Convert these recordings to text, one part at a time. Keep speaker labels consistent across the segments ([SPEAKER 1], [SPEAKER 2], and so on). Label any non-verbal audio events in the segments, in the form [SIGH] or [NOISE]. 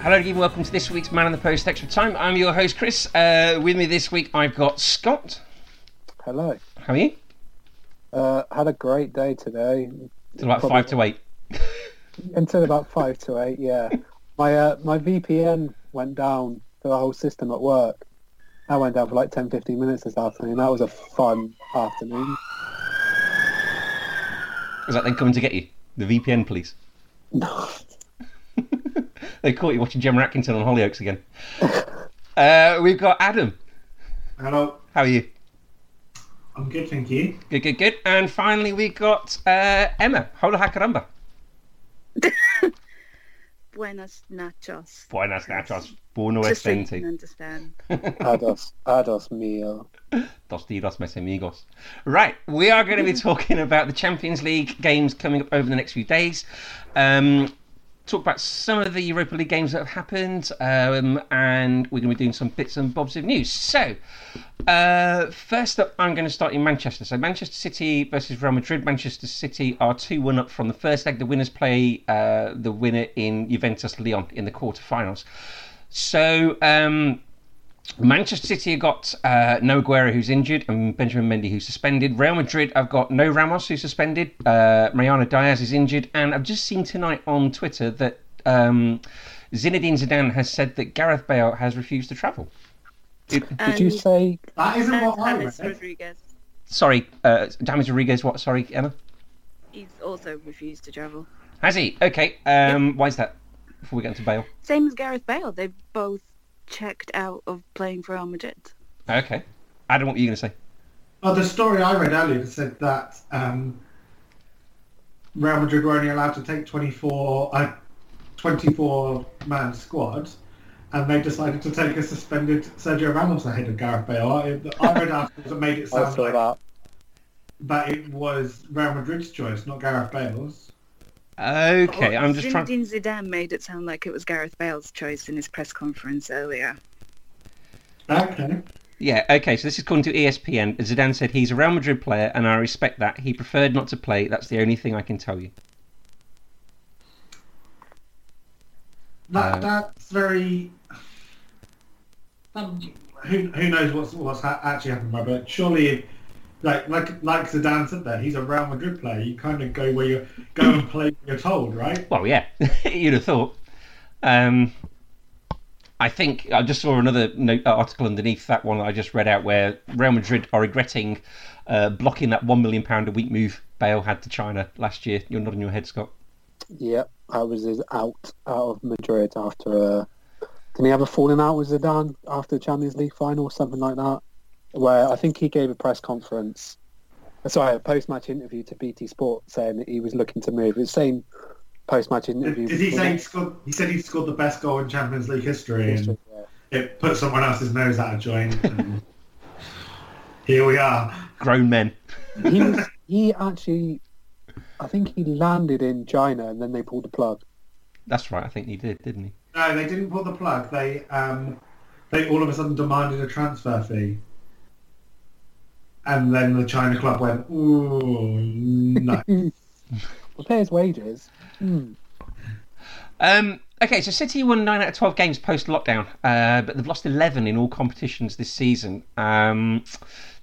[SPEAKER 1] Hello again, welcome to this week's Man on the Post Extra Time. I'm your host Chris. Uh, with me this week I've got Scott.
[SPEAKER 2] Hello.
[SPEAKER 1] How are you?
[SPEAKER 2] Uh, had a great day today
[SPEAKER 1] It's about
[SPEAKER 2] Probably-
[SPEAKER 1] five to eight.
[SPEAKER 2] until about five to eight. Yeah, my uh, my VPN went down for the whole system at work. I went down for like 10, 15 minutes this afternoon. That was a fun afternoon. [LAUGHS]
[SPEAKER 1] Is that then coming to get you? The VPN police.
[SPEAKER 2] No,
[SPEAKER 1] They caught you watching Gemma Atkinson on Hollyoaks again. Uh, we've got Adam.
[SPEAKER 3] Hello,
[SPEAKER 1] How are you?
[SPEAKER 3] I'm good, thank you.
[SPEAKER 1] Good, good, good. And finally we got uh, Emma. Hola Hakaramba.
[SPEAKER 4] Buenas nachos.
[SPEAKER 1] Buenas nachos. Buono
[SPEAKER 4] Just so you can
[SPEAKER 1] estente.
[SPEAKER 4] understand.
[SPEAKER 2] Ados, Ados mio.
[SPEAKER 1] Dos tiros, mes amigos. Right, we are going to be talking about the Champions League games coming up over the next few days. Um, talk about some of the Europa League games that have happened, um, and we're going to be doing some bits and bobs of news. So, uh, first up, I'm going to start in Manchester. So, Manchester City versus Real Madrid. Manchester City are 2 1 up from the first leg. The winners play uh, the winner in Juventus Leon in the quarterfinals. So, um, Manchester City have got uh, no Aguero, who's injured, and Benjamin Mendy, who's suspended. Real Madrid have got no Ramos, who's suspended. Uh, Mariano Diaz is injured. And I've just seen tonight on Twitter that um, Zinedine Zidane has said that Gareth Bale has refused to travel.
[SPEAKER 2] Did you
[SPEAKER 4] And-
[SPEAKER 2] say
[SPEAKER 3] That isn't
[SPEAKER 4] and
[SPEAKER 3] what I
[SPEAKER 4] Alex
[SPEAKER 3] read.
[SPEAKER 4] Rodriguez.
[SPEAKER 1] Sorry, uh, James Rodriguez, what? Sorry, Emma?
[SPEAKER 4] He's also refused to travel.
[SPEAKER 1] Has he? Okay. Um, Why is that? Before we get into Bale.
[SPEAKER 4] Same as Gareth Bale. They've both checked out of playing for Real Madrid.
[SPEAKER 1] Okay. Adam, what were you going to say?
[SPEAKER 3] Oh, the story I read earlier said that um, Real Madrid were only allowed to take 24, uh, 24 man squad, and they decided to take a suspended Sergio Ramos ahead of Gareth Bale. I, I read articles that made it
[SPEAKER 2] I
[SPEAKER 3] sound
[SPEAKER 2] saw
[SPEAKER 3] like
[SPEAKER 2] that?
[SPEAKER 3] that it was Real Madrid's choice, not Gareth Bale's.
[SPEAKER 1] Okay,
[SPEAKER 4] Or
[SPEAKER 1] I'm just trying.
[SPEAKER 4] Zinedine Zidane made it sound like it was Gareth Bale's choice in his press conference earlier.
[SPEAKER 3] Okay.
[SPEAKER 1] Yeah, okay, so this is according to E ESPN. Zidane said he's a Real Madrid player and I respect that. He preferred not to play. That's the only thing I can tell you.
[SPEAKER 3] That
[SPEAKER 1] Uh,
[SPEAKER 3] that's very. Um, who who knows what's what's ha- actually happened, by but surely, if- like like like Zidane said there, he's a Real Madrid player. You kind of go where you go and play where you're told, right?
[SPEAKER 1] Well, yeah, [LAUGHS] you'd have thought. Um, I think I just saw another note, uh, article underneath that one that I just read out where Real Madrid are regretting uh, blocking that £1 million a week move Bale had to China last year. You're nodding your head, Scott.
[SPEAKER 2] Yep, I was is out out of Madrid after a. Didn't he have a falling out with Zidane after the Champions League final or something like that? Where I think he gave a press conference, sorry, a post-match interview to BT Sport saying that he was looking to move. It's the same post-match interview.
[SPEAKER 3] Did he
[SPEAKER 2] with-
[SPEAKER 3] say he scored? He said he scored the best goal in Champions League history, and
[SPEAKER 2] Yeah.
[SPEAKER 3] it put someone else's nose out of joint. and [LAUGHS] here we are.
[SPEAKER 1] Grown men.
[SPEAKER 2] He, was, he actually, I think he landed in China and then they pulled the plug.
[SPEAKER 1] That's right, I think he did, didn't he?
[SPEAKER 3] No, they didn't pull the plug. They um, they all of a sudden demanded a transfer fee, and then the China club went, "Ooh, no."
[SPEAKER 2] Well, pay his wages. Hmm.
[SPEAKER 1] Um, okay, so City won 9 out of 12 games post lockdown, uh, but they've lost 11 in all competitions this season. Um,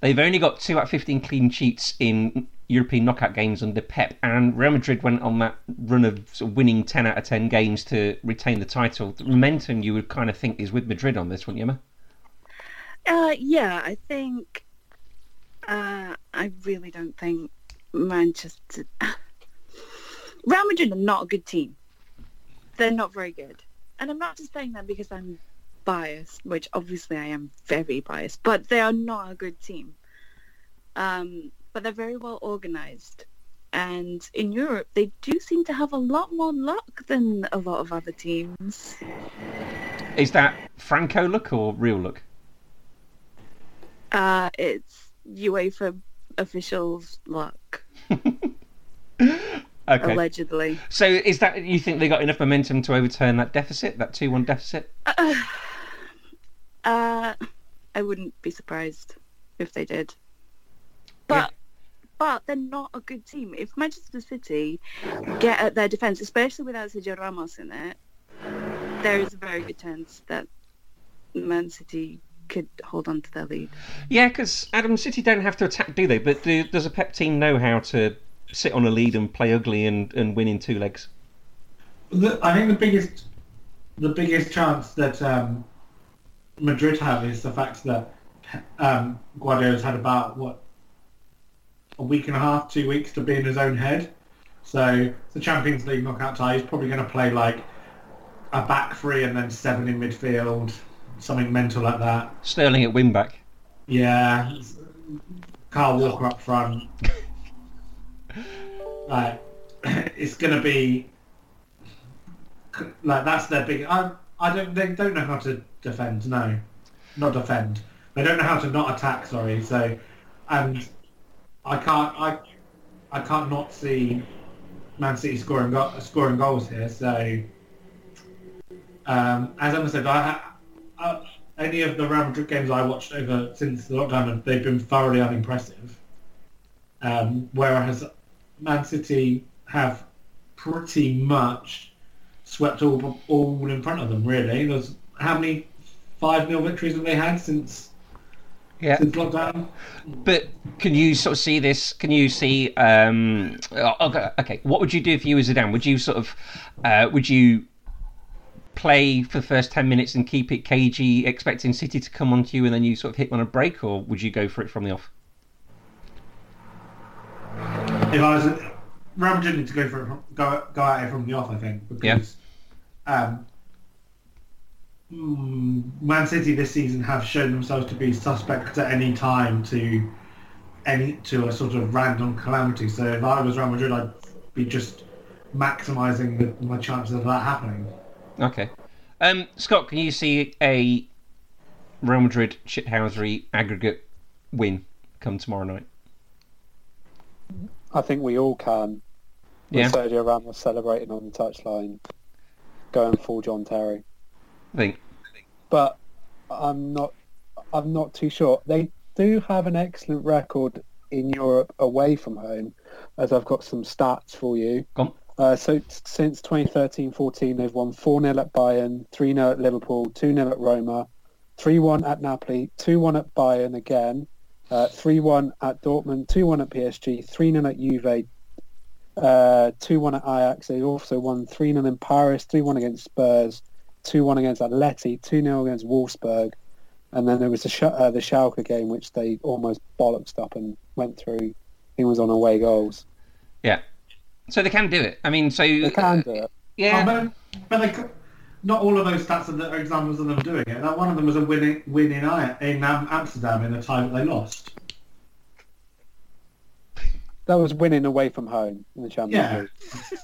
[SPEAKER 1] they've only got 2 out of 15 clean sheets in European knockout games under Pep, and Real Madrid went on that run of, sort of winning 10 out of 10 games to retain the title. The momentum you would kind of think is with Madrid on this, wouldn't you, Emma?
[SPEAKER 4] Uh, yeah, I think. Uh, I really don't think Manchester. [LAUGHS] Real Madrid are not a good team. They're not very good. And I'm not just saying that because I'm biased, which obviously I am very biased, but they are not a good team. Um, but they're very well organized. And in Europe, they do seem to have a lot more luck than a lot of other teams.
[SPEAKER 1] Is that Franco look or real look?
[SPEAKER 4] Uh, it's UEFA officials' luck,
[SPEAKER 1] Okay.
[SPEAKER 4] allegedly.
[SPEAKER 1] So is that you think they got enough momentum to overturn that deficit, that two-one deficit?
[SPEAKER 4] Uh, I wouldn't be surprised if they did. But but they're not a good team. If Manchester City get at their defence, especially without Sergio Ramos in it, there is a very good chance that Man City could hold on to their lead.
[SPEAKER 1] Yeah, because Adam City don't have to attack, do they? But do, does a Pep team know how to sit on a lead and play ugly and, and win in two legs?
[SPEAKER 3] The, I think the biggest the biggest chance that um, Madrid have is the fact that um, Guardiola's had about what a week and a half, two weeks to be in his own head. So the Champions League knockout tie, he's probably going to play like a back three and then seven in midfield, something mental like that.
[SPEAKER 1] Sterling at win back.
[SPEAKER 3] Yeah, Carl Walker up front. like, [CLEARS THROAT] it's gonna be like that's their big. I I don't they don't know how to defend. No, not defend. They don't know how to not attack. Sorry. So, and I can't I I can't not see Man City scoring go- scoring goals here. So, um, as Emma said, I, I, any of the Real Madrid games I watched over since the lockdown, they've been thoroughly unimpressive. Um, whereas Man City have pretty much swept all all in front of them. Really, there's how many five 0 victories have they had since
[SPEAKER 1] Yeah.
[SPEAKER 3] since lockdown?
[SPEAKER 1] But can you sort of see this? Can you see? Um, oh, okay, okay. What would you do if you were Zidane? Would you sort of? Uh, would you play for the first ten minutes and keep it cagey, expecting City to come onto you, and then you sort of hit on a break, or would you go for it from the off?
[SPEAKER 3] if I was Real Madrid need to go for it, go go at it from the off, I think, because um, mm, Man City this season have shown themselves to be suspect at any time to any to a sort of random calamity. So if I was Real Madrid, I'd be just maximising the, my chances of that happening.
[SPEAKER 1] Okay. Um, Scott, can you see a Real Madrid shithousery aggregate win come tomorrow night?
[SPEAKER 2] I think we all can. With
[SPEAKER 1] Yeah.
[SPEAKER 2] Sergio Ramos celebrating on the touchline, going full John Terry.
[SPEAKER 1] I think.
[SPEAKER 2] But I'm not. I'm not too sure. They do have an excellent record in Europe away from home, as I've got some stats for you.
[SPEAKER 1] Go on.
[SPEAKER 2] Uh, so t- since 2013-14, they've won 4-0 at Bayern, 3-0 at Liverpool, 2-0 at Roma, 3-1 at Napoli, 2-1 at Bayern again, uh, 3-1 at Dortmund, 2-1 at PSG, 3-0 at Juve, uh, 2-1 at Ajax. They've also won 3-0 in Paris, 3-1 against Spurs, 2-1 against Atleti, 2-0 against Wolfsburg. And then there was the, Sch- uh, the Schalke game, which they almost bollocksed up and went through. He was on away goals.
[SPEAKER 1] Yeah. So they can do it. I mean, so [LAUGHS]
[SPEAKER 2] They can do it.
[SPEAKER 1] yeah,
[SPEAKER 3] Oh, but but they, c- not all of those stats are, the, are examples of them doing it. Like one of them was a winning win in, I- in um, Amsterdam in the time that they lost.
[SPEAKER 2] That was winning away from home in the Champions
[SPEAKER 3] Yeah.
[SPEAKER 2] League.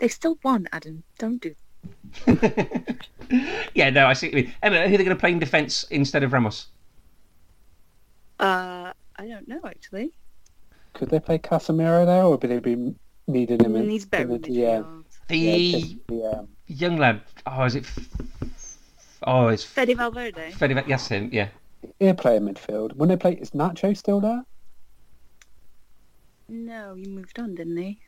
[SPEAKER 4] They still won, Adam. Don't do
[SPEAKER 1] yeah. No, I see. What you mean. Emma, who are they going to play in defence instead of Ramos?
[SPEAKER 4] Uh, I don't know actually.
[SPEAKER 2] Could they play Casemiro there, or would they be needing him? in,
[SPEAKER 4] He's
[SPEAKER 2] in
[SPEAKER 4] better
[SPEAKER 2] the
[SPEAKER 4] in
[SPEAKER 2] DM?
[SPEAKER 4] midfield.
[SPEAKER 1] The
[SPEAKER 2] Yeah, just the um, DM.
[SPEAKER 1] young lad. Oh, is it? Oh, it's
[SPEAKER 4] Fede Valverde.
[SPEAKER 1] Fede. Yes, him. Yeah.
[SPEAKER 2] He'll play in midfield. When they play, is Nacho still there?
[SPEAKER 4] No, he moved on, didn't he?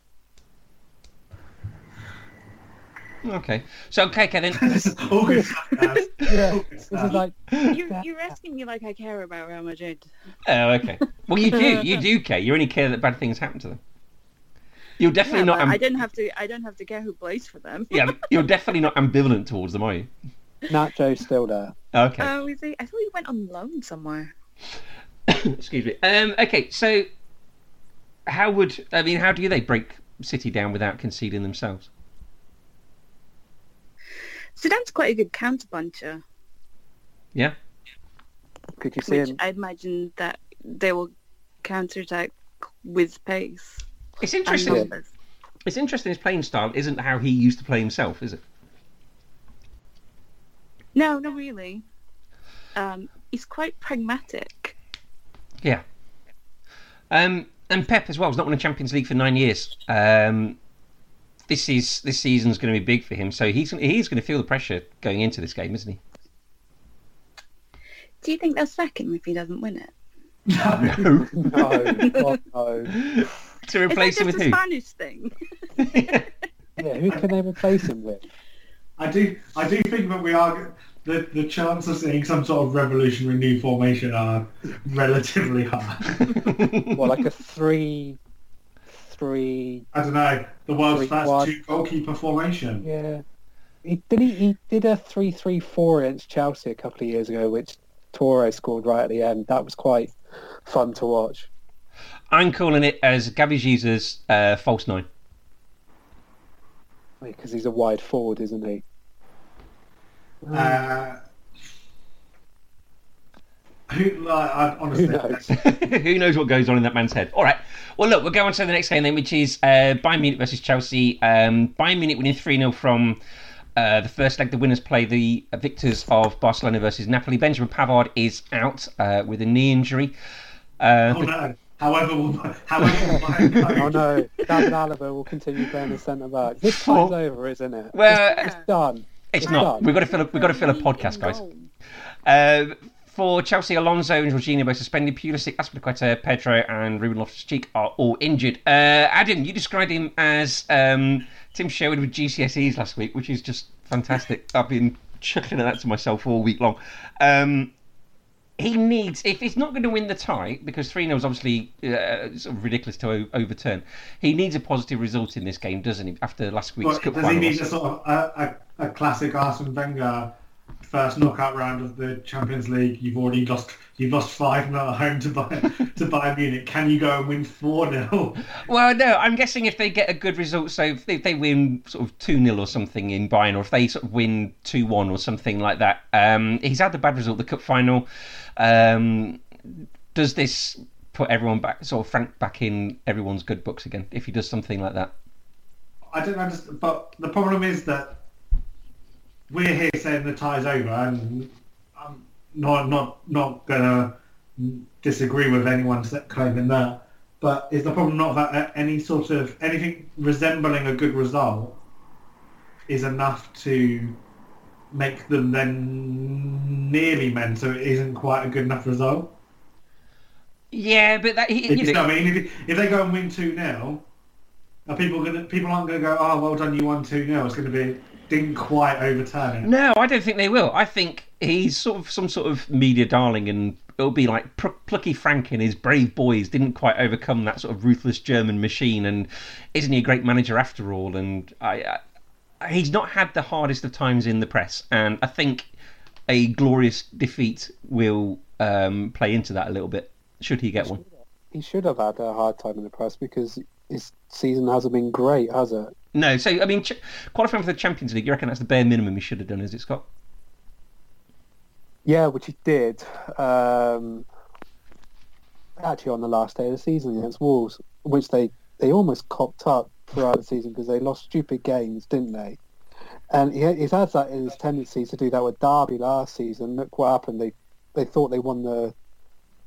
[SPEAKER 1] Okay. So okay, okay
[SPEAKER 2] [LAUGHS]
[SPEAKER 1] then.
[SPEAKER 3] This is [LAUGHS] all good stuff, guys.
[SPEAKER 2] Yeah.
[SPEAKER 3] All good
[SPEAKER 2] This is
[SPEAKER 3] stuff.
[SPEAKER 2] like
[SPEAKER 4] You're, you're asking me like I care about Real Madrid.
[SPEAKER 1] Oh, okay. Well, you do. You do care. You only care that bad things happen to them. You're definitely
[SPEAKER 4] Yeah,
[SPEAKER 1] not.
[SPEAKER 4] but
[SPEAKER 1] am-
[SPEAKER 4] I don't have to. I don't have to care who plays for them.
[SPEAKER 1] yeah,
[SPEAKER 4] [LAUGHS]
[SPEAKER 1] but you're definitely not ambivalent towards them, are you?
[SPEAKER 2] Nacho still there.
[SPEAKER 1] Okay. [LAUGHS]
[SPEAKER 4] Oh, is he? I thought he went on loan somewhere.
[SPEAKER 1] Excuse me. Um, okay, so how would I mean? How do they break City down without conceding themselves?
[SPEAKER 4] Zidane's quite a good counterpuncher,
[SPEAKER 1] Yeah,
[SPEAKER 2] Could you see
[SPEAKER 4] which
[SPEAKER 2] him?
[SPEAKER 4] I imagine that they will counterattack with pace
[SPEAKER 1] it's
[SPEAKER 4] and
[SPEAKER 1] interesting.
[SPEAKER 4] numbers.
[SPEAKER 1] It's interesting. His playing style isn't how he used to play himself, is it?
[SPEAKER 4] No, not really. Um, he's quite pragmatic.
[SPEAKER 1] Yeah. Um, and Pep as well has not won a Champions League for nine years. Um, this is this season's going to be big for him, so he's he's going to feel the pressure going into this game, isn't he?
[SPEAKER 4] Do you think they'll sack him if he doesn't win it?
[SPEAKER 1] No.
[SPEAKER 2] [LAUGHS] No, God, no.
[SPEAKER 1] to
[SPEAKER 4] Is
[SPEAKER 1] replace him
[SPEAKER 4] that just
[SPEAKER 1] with
[SPEAKER 4] a
[SPEAKER 1] who?
[SPEAKER 4] Spanish thing?
[SPEAKER 1] [LAUGHS]
[SPEAKER 2] Yeah, who can they replace him with?
[SPEAKER 3] I do, I do think that we are the the chance of seeing some sort of revolutionary new formation are relatively high. [LAUGHS]
[SPEAKER 2] Well, like a three, three.
[SPEAKER 3] I don't know the world's
[SPEAKER 2] Three,
[SPEAKER 3] first
[SPEAKER 2] one.
[SPEAKER 3] two goalkeeper formation.
[SPEAKER 2] Yeah, he did. He, he did a three-three-four against Chelsea a couple of years ago, which Torre scored right at the end. That was quite fun to watch.
[SPEAKER 1] I'm calling it as Gabby Jesus' uh, false nine. [LAUGHS]
[SPEAKER 2] Because he's a wide forward, isn't he?
[SPEAKER 3] Uh, who, like, I, honestly,
[SPEAKER 2] Who knows?
[SPEAKER 1] Who knows what goes on in that man's head? All right. Well, look, we'll go on to the next game then, which is uh, Bayern Munich versus Chelsea. Um, Bayern Munich winning 3 0 from uh, the first leg. The winners play the victors of Barcelona versus Napoli. Benjamin Pavard is out uh, with a knee injury. Uh,
[SPEAKER 3] oh no. However,
[SPEAKER 2] [LAUGHS]
[SPEAKER 3] will, however, will my
[SPEAKER 2] Oh no, [LAUGHS] David Alaba will continue playing as centre back. This time's over, isn't it?
[SPEAKER 1] Well,
[SPEAKER 2] Done.
[SPEAKER 1] it's not. We've got to fill. A, we've got to fill
[SPEAKER 4] [LAUGHS]
[SPEAKER 1] a podcast, guys. Uh, for Chelsea, Alonso and Jorginho both suspended. Pulisic, Aspilicueta, Pedro, and Ruben Loftus-Cheek are all injured. Uh, Adam, you described him as um, Tim Sherwood with GCSEs last week, which is just fantastic. I've been [LAUGHS] chuckling at that to myself all week long. Um, he needs, if he's not going to win the tie, because 3 0 is obviously uh, sort of ridiculous to o- overturn, he needs a positive result in this game, doesn't he? After last week's
[SPEAKER 3] But
[SPEAKER 1] cup
[SPEAKER 3] does he
[SPEAKER 1] final.
[SPEAKER 3] need
[SPEAKER 1] loss.
[SPEAKER 3] a sort of a, a, a classic Arsene Wenger first knockout round of the Champions League? You've already lost. You've lost five 0 at home to Bayern, to Bayern Munich. Can you go and win four 0
[SPEAKER 1] Well, no, I'm guessing if they get a good result, so if they, if they win sort of 2 0 or something in Bayern, or if they sort of win 2 1 or something like that, um, he's had the bad result, the cup final. Um, does this put everyone back, sort of Frank back in everyone's good books again, if he does something like that?
[SPEAKER 3] I don't understand. But the problem is that we're here saying the tie's over, and I'm not not not gonna disagree with anyone sa- claiming that. But is the problem not that a- any sort of anything resembling a good result is enough to make them then nearly men, so it isn't quite a good enough result?
[SPEAKER 1] Yeah, but that he,
[SPEAKER 3] It's
[SPEAKER 1] you know,
[SPEAKER 3] not- I mean, if, if they go and win two 0 are people gonna people aren't gonna go? Oh, well done, you won two 0 It's gonna be didn't quite overturn it.
[SPEAKER 1] no, I don't think they will. I think he's sort of some sort of media darling, and it'll be like Pr- plucky Frank and his brave boys didn't quite overcome that sort of ruthless German machine, and isn't he a great manager after all? And I, I he's not had the hardest of times in the press, and I think a glorious defeat will um, play into that a little bit. Should he get one?
[SPEAKER 2] He should have had a hard time in the press because his season hasn't been great, has it?
[SPEAKER 1] No, so I mean, ch- qualifying for the Champions League, you reckon that's the bare minimum he should have done, is it, Scott?
[SPEAKER 2] Yeah, which he did. Um, actually, on the last day of the season against Wolves, which they, they almost copped up throughout the season because they lost stupid games, didn't they? And he, he's had that in his tendency to do that with Derby last season. Look what happened. They they thought they won the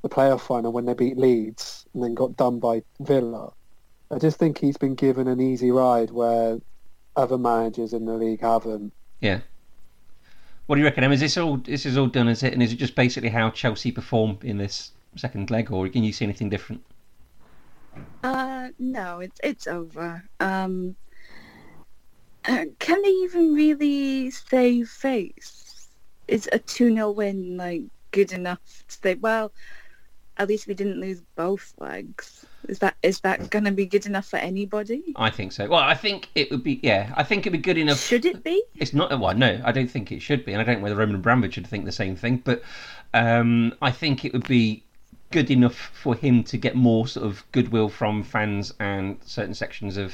[SPEAKER 2] the playoff final when they beat Leeds and then got done by Villa. I just think he's been given an easy ride where other managers in the league haven't.
[SPEAKER 1] What do you reckon? Em? Is this all? This is all done, is it? And is it just basically how Chelsea perform in this second leg, or can you see anything different?
[SPEAKER 4] Uh, no, it's it's over. Um, uh, can they even really save face? Is a 2-0 win like good enough to say, well, at least we didn't lose both legs? Is that is that going to be good enough for anybody?
[SPEAKER 1] I think so. Well, I think it would be. Yeah, I think it'd be good enough.
[SPEAKER 4] Should it be?
[SPEAKER 1] It's not a one. No, I don't think it should be, and I don't know whether Roman Abramovich should think the same thing. But um, I think it would be good enough for him to get more sort of goodwill from fans and certain sections of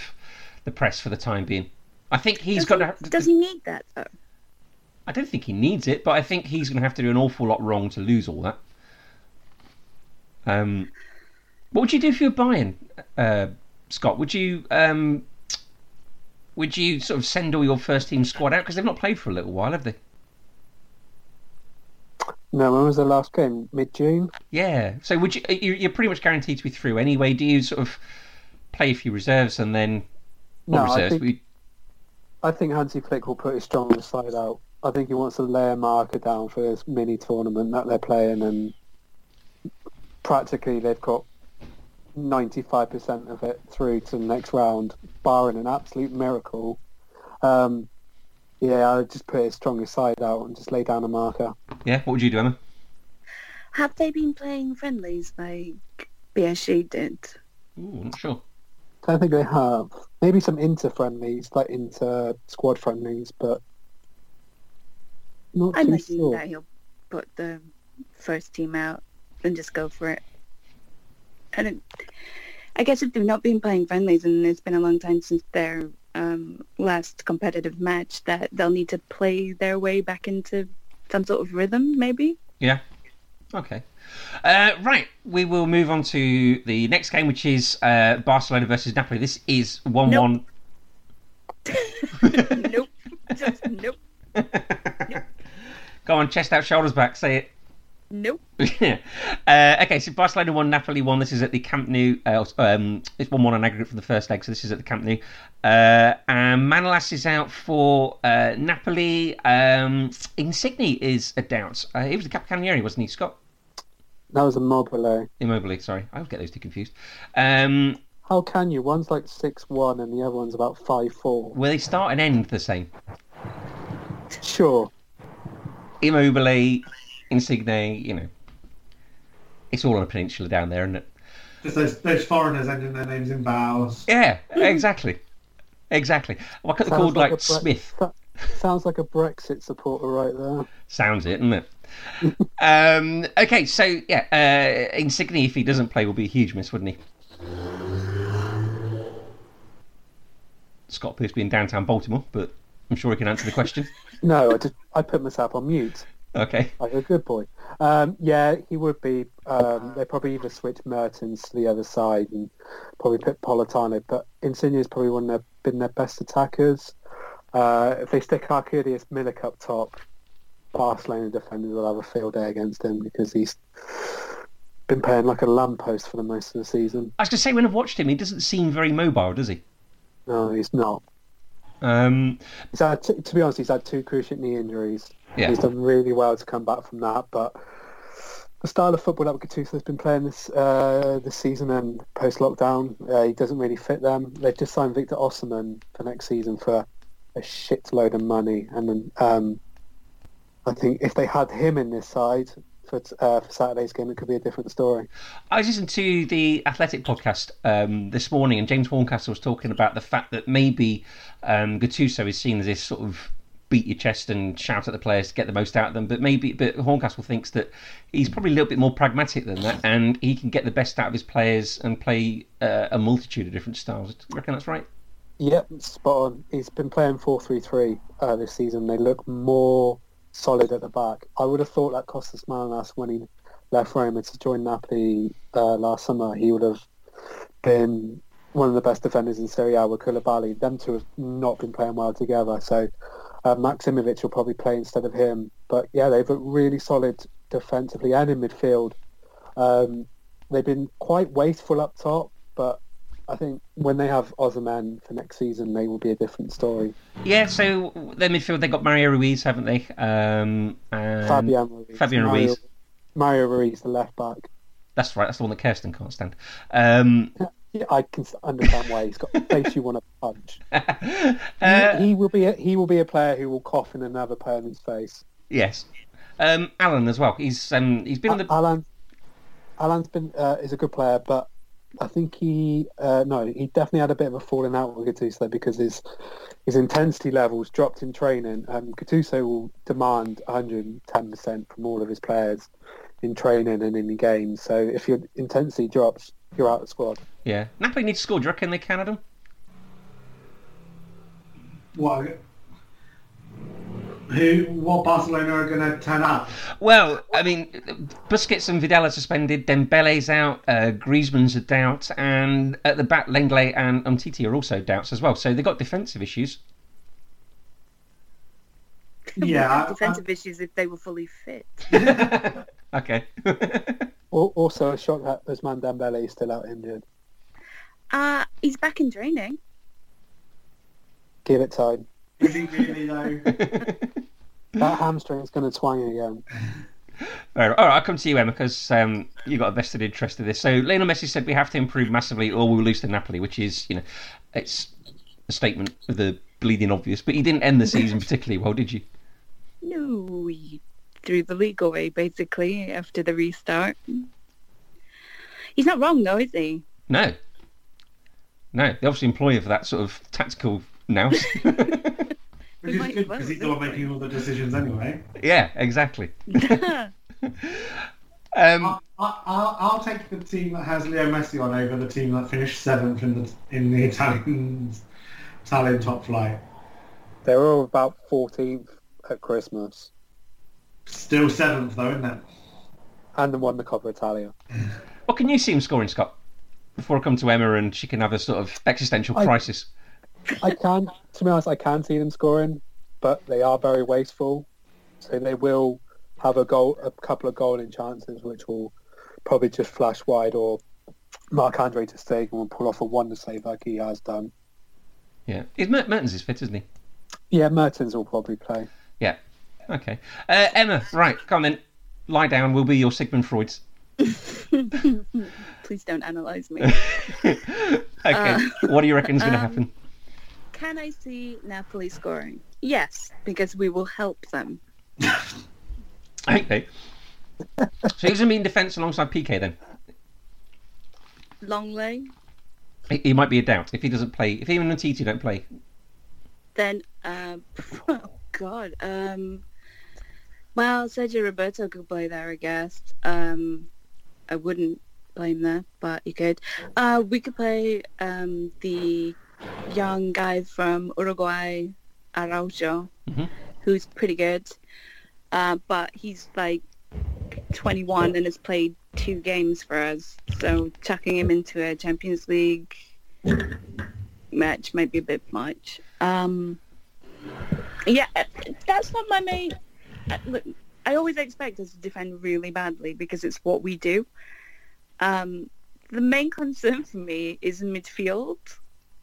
[SPEAKER 1] the press for the time being. I think he's
[SPEAKER 4] does,
[SPEAKER 1] going to. have
[SPEAKER 4] he,
[SPEAKER 1] to-
[SPEAKER 4] does he need that though?
[SPEAKER 1] I don't think he needs it, but I think he's going to have to do an awful lot wrong to lose all that. Um, what would you do if you were buying uh, Scott? Would you um, would you sort of send all your first team squad out because they've not played for a little while, have they?
[SPEAKER 2] No, when was the last game? Mid June.
[SPEAKER 1] Yeah. So would you? you- You're pretty much guaranteed to be through anyway. Do you sort of play a few reserves and then
[SPEAKER 2] No,
[SPEAKER 1] not
[SPEAKER 2] I
[SPEAKER 1] reserves?
[SPEAKER 2] think-
[SPEAKER 1] but you-
[SPEAKER 2] I think Hansi Flick will put his strongest side out. I think he wants to lay a marker down for this mini tournament that they're playing, and practically they've got 95% of it through to the next round, barring an absolute miracle. Um, yeah, I'd just put his strongest side out and just lay down a marker.
[SPEAKER 1] yeah. What would you do, Emma?
[SPEAKER 4] Have they been playing friendlies like BSG did?
[SPEAKER 1] Ooh, not sure.
[SPEAKER 2] I don't think they have. Maybe some inter-friendlies, like inter-squad friendlies, but not
[SPEAKER 4] I
[SPEAKER 2] too
[SPEAKER 4] imagine
[SPEAKER 2] sure.
[SPEAKER 4] that he'll put the first team out and just go for it. I don't. I guess if they've not been playing friendlies and it's been a long time since their um, last competitive match, that they'll need to play their way back into some sort of rhythm, maybe.
[SPEAKER 1] Okay. Uh, right, we will move on to the next game, which is uh, Barcelona versus Napoli. This is 1 1. [LAUGHS]
[SPEAKER 4] nope. Just nope.
[SPEAKER 1] Go on, chest out, shoulders back, say
[SPEAKER 4] Nope.
[SPEAKER 1] it. [LAUGHS] uh, okay, so Barcelona 1, Napoli 1. This is at the Camp Nou. Uh, um, it's 1 1 on aggregate from the first leg, so this is at the Camp Nou. Uh, and Manolas is out for uh, Napoli. Um, Insigne is a doubt. Uh, he was the Capocannonieri, wasn't he, Scott?
[SPEAKER 2] That was a mob relay.
[SPEAKER 1] Immobile, sorry. I always get those two confused. Um,
[SPEAKER 2] How can you? One's like six one, and the other one's about five four.
[SPEAKER 1] will they start and end the same?
[SPEAKER 2] Sure.
[SPEAKER 1] Immobile, Insigne, you know. It's all on a peninsula down there, isn't it?
[SPEAKER 5] Just those, those foreigners ending their names in vowels.
[SPEAKER 1] Yeah, exactly. Exactly. Why can't they call
[SPEAKER 2] Sounds like
[SPEAKER 1] like,
[SPEAKER 2] a Bre-
[SPEAKER 1] Smith?
[SPEAKER 2] Sounds like a Brexit supporter right there.
[SPEAKER 1] Sounds it, isn't it? um, okay, so yeah, uh, Insigne, if he doesn't play, will be a huge miss, wouldn't he? Scott Pierce being downtown Baltimore, but I'm sure he can answer the question.
[SPEAKER 2] No, I just I put myself on mute
[SPEAKER 1] okay.
[SPEAKER 2] like a good boy. Um, yeah, he would be. Um, they probably either switch Mertens to the other side and probably put Politano. But Insigne is probably one of their, been their best attackers. Uh, if they stick Arcadius Milik up top, Barcelona defenders will have a field day against him because he's been playing like a lamppost for the most of the season.
[SPEAKER 1] I was going to say, when I've watched him, he doesn't seem very mobile, does he?
[SPEAKER 2] No, he's not.
[SPEAKER 1] Um,
[SPEAKER 2] He's had, to, to be honest, he's had two cruciate knee injuries.
[SPEAKER 1] yeah.
[SPEAKER 2] He's done really well to come back from that, but the style of football that Gattuso has been playing this uh, this season and post lockdown, uh, he doesn't really fit them. They've just signed Victor Osserman for next season for a shitload of money, and then um, I think if they had him in this side for t- uh, for Saturday's game, it could be a different story.
[SPEAKER 1] I was listening to the Athletic podcast um, this morning, and James Horncastle was talking about the fact that maybe um, Gattuso is seen as this sort of beat your chest and shout at the players to get the most out of them, but maybe but Horncastle thinks that he's probably a little bit more pragmatic than that, and he can get the best out of his players and play uh, a multitude of different styles. Do you reckon that's right?
[SPEAKER 2] Yep, spot on. He's been playing 4-3-3 uh, this season. They look more solid at the back. I would have thought that Costas Manolas, when he left Roma to join Napoli uh, last summer, he would have been one of the best defenders in Serie A with Koulibaly. Them two have not been playing well together, so uh, Maximovic will probably play instead of him. But yeah, they've looked really solid defensively and in midfield. Um, they've been quite wasteful up top, but I think when they have Ozyman for next season, they will be a different story.
[SPEAKER 1] Yeah. So their midfield, they got Mario Ruiz, haven't they? Um, and
[SPEAKER 2] Fabian Ruiz.
[SPEAKER 1] Fabian
[SPEAKER 2] Mario,
[SPEAKER 1] Ruiz.
[SPEAKER 2] Mario Ruiz, the left back.
[SPEAKER 1] That's right. That's the one that Kirsten can't stand. Um,
[SPEAKER 2] Yeah, I can s- understand why he's got a face you want to punch.
[SPEAKER 1] uh,
[SPEAKER 2] he, he will be a, he will be a player who will cough in another person's face.
[SPEAKER 1] Yes. Um, Alan as well. He's um, he's been on the
[SPEAKER 2] Alan Alan's been uh, is a good player, but I think he uh, no he definitely had a bit of a falling out with Gattuso because his his intensity levels dropped in training. Um, Gattuso will demand 110 percent from all of his players. in training and in the game. So if your intensity drops, you're out of the squad.
[SPEAKER 1] Yeah. Napoli need to score. Do you reckon they can, Adam?
[SPEAKER 5] What? Who? What Barcelona are going to turn
[SPEAKER 4] [LAUGHS]
[SPEAKER 5] up?
[SPEAKER 1] Well, I mean, Busquets and Vidal are suspended. Dembele's out. Uh, Griezmann's a doubt, and at the back, Lenglet and Umtiti are also doubts as well. So they've got defensive issues.
[SPEAKER 5] Yeah, I- I-
[SPEAKER 4] defensive issues if they were fully fit.
[SPEAKER 1] [LAUGHS] Okay. [LAUGHS]
[SPEAKER 2] Al- Also, a shock that Usman Dembele is still out injured.
[SPEAKER 4] Uh, he's back in training.
[SPEAKER 2] Give it time.
[SPEAKER 5] Is he really
[SPEAKER 4] [LAUGHS]
[SPEAKER 5] though?
[SPEAKER 2] That hamstring is going to twang again.
[SPEAKER 1] Fair enough. All right, I'll come to you, Emma, because um, you've got a vested interest in this. So Lionel Messi said we have to improve massively, or we'll lose to Napoli, which is, you know, it's a statement of the bleeding obvious. But he didn't end the season particularly well, did you?
[SPEAKER 4] No, he threw the league away basically after the restart. He's not wrong though, is he? [LAUGHS]
[SPEAKER 1] No. No, they obviously employ you for that sort of tactical now.
[SPEAKER 5] Which is
[SPEAKER 4] might
[SPEAKER 5] good
[SPEAKER 4] well
[SPEAKER 5] because he's
[SPEAKER 4] at
[SPEAKER 5] the one
[SPEAKER 4] this
[SPEAKER 5] making all the decisions anyway.
[SPEAKER 1] [LAUGHS] yeah, exactly.
[SPEAKER 4] yeah,
[SPEAKER 1] Um,
[SPEAKER 5] I, I, I'll, I'll take the team that has Leo Messi on over the team that finished seventh in the in the Italian Italian top flight.
[SPEAKER 2] They were all about 14th at Christmas
[SPEAKER 5] Still seventh though, isn't it?
[SPEAKER 2] and then won the Coppa Italia.
[SPEAKER 1] what can you see him scoring, Scott? Before I come to Emma and she can have a sort of existential
[SPEAKER 2] I-
[SPEAKER 1] crisis.
[SPEAKER 2] I can, to be honest, I can see them scoring, but they are very wasteful. So they will have a goal, a couple of golden chances, which will probably just flash wide, or Mark Andre to Stegen will pull off a wonder save like he has done.
[SPEAKER 1] Yeah. Is Mer- Mertens is fit, isn't he?
[SPEAKER 2] Yeah, Mertens will probably play.
[SPEAKER 1] Yeah. Okay. Uh, Emma, right, come on then. Lie down, we'll be your Sigmund Freud's. [LAUGHS]
[SPEAKER 4] please don't analyze me.
[SPEAKER 1] okay. what do you reckon is going to happen?
[SPEAKER 4] Can I see Napoli scoring? Yes, because we will help them.
[SPEAKER 1] Okay. So he's going to be in defence alongside PK then.
[SPEAKER 4] Longley,
[SPEAKER 1] He, he might be a doubt if he doesn't play. If even Titi don't play.
[SPEAKER 4] then uh, [LAUGHS] oh god, um, well Sergio Roberto could play there, I guess. Um, I wouldn't blame that, but you could. Uh, we could play um, the young guy from Uruguay, Araujo,
[SPEAKER 1] Mhm.
[SPEAKER 4] who's pretty good, uh, but he's like 21 and has played two games for us. So chucking him into a Champions League match might be a bit much. Um, yeah, uh, that's not my main. uh, Look, I always expect us to defend really badly because it's what we do. Um, the main concern for me is midfield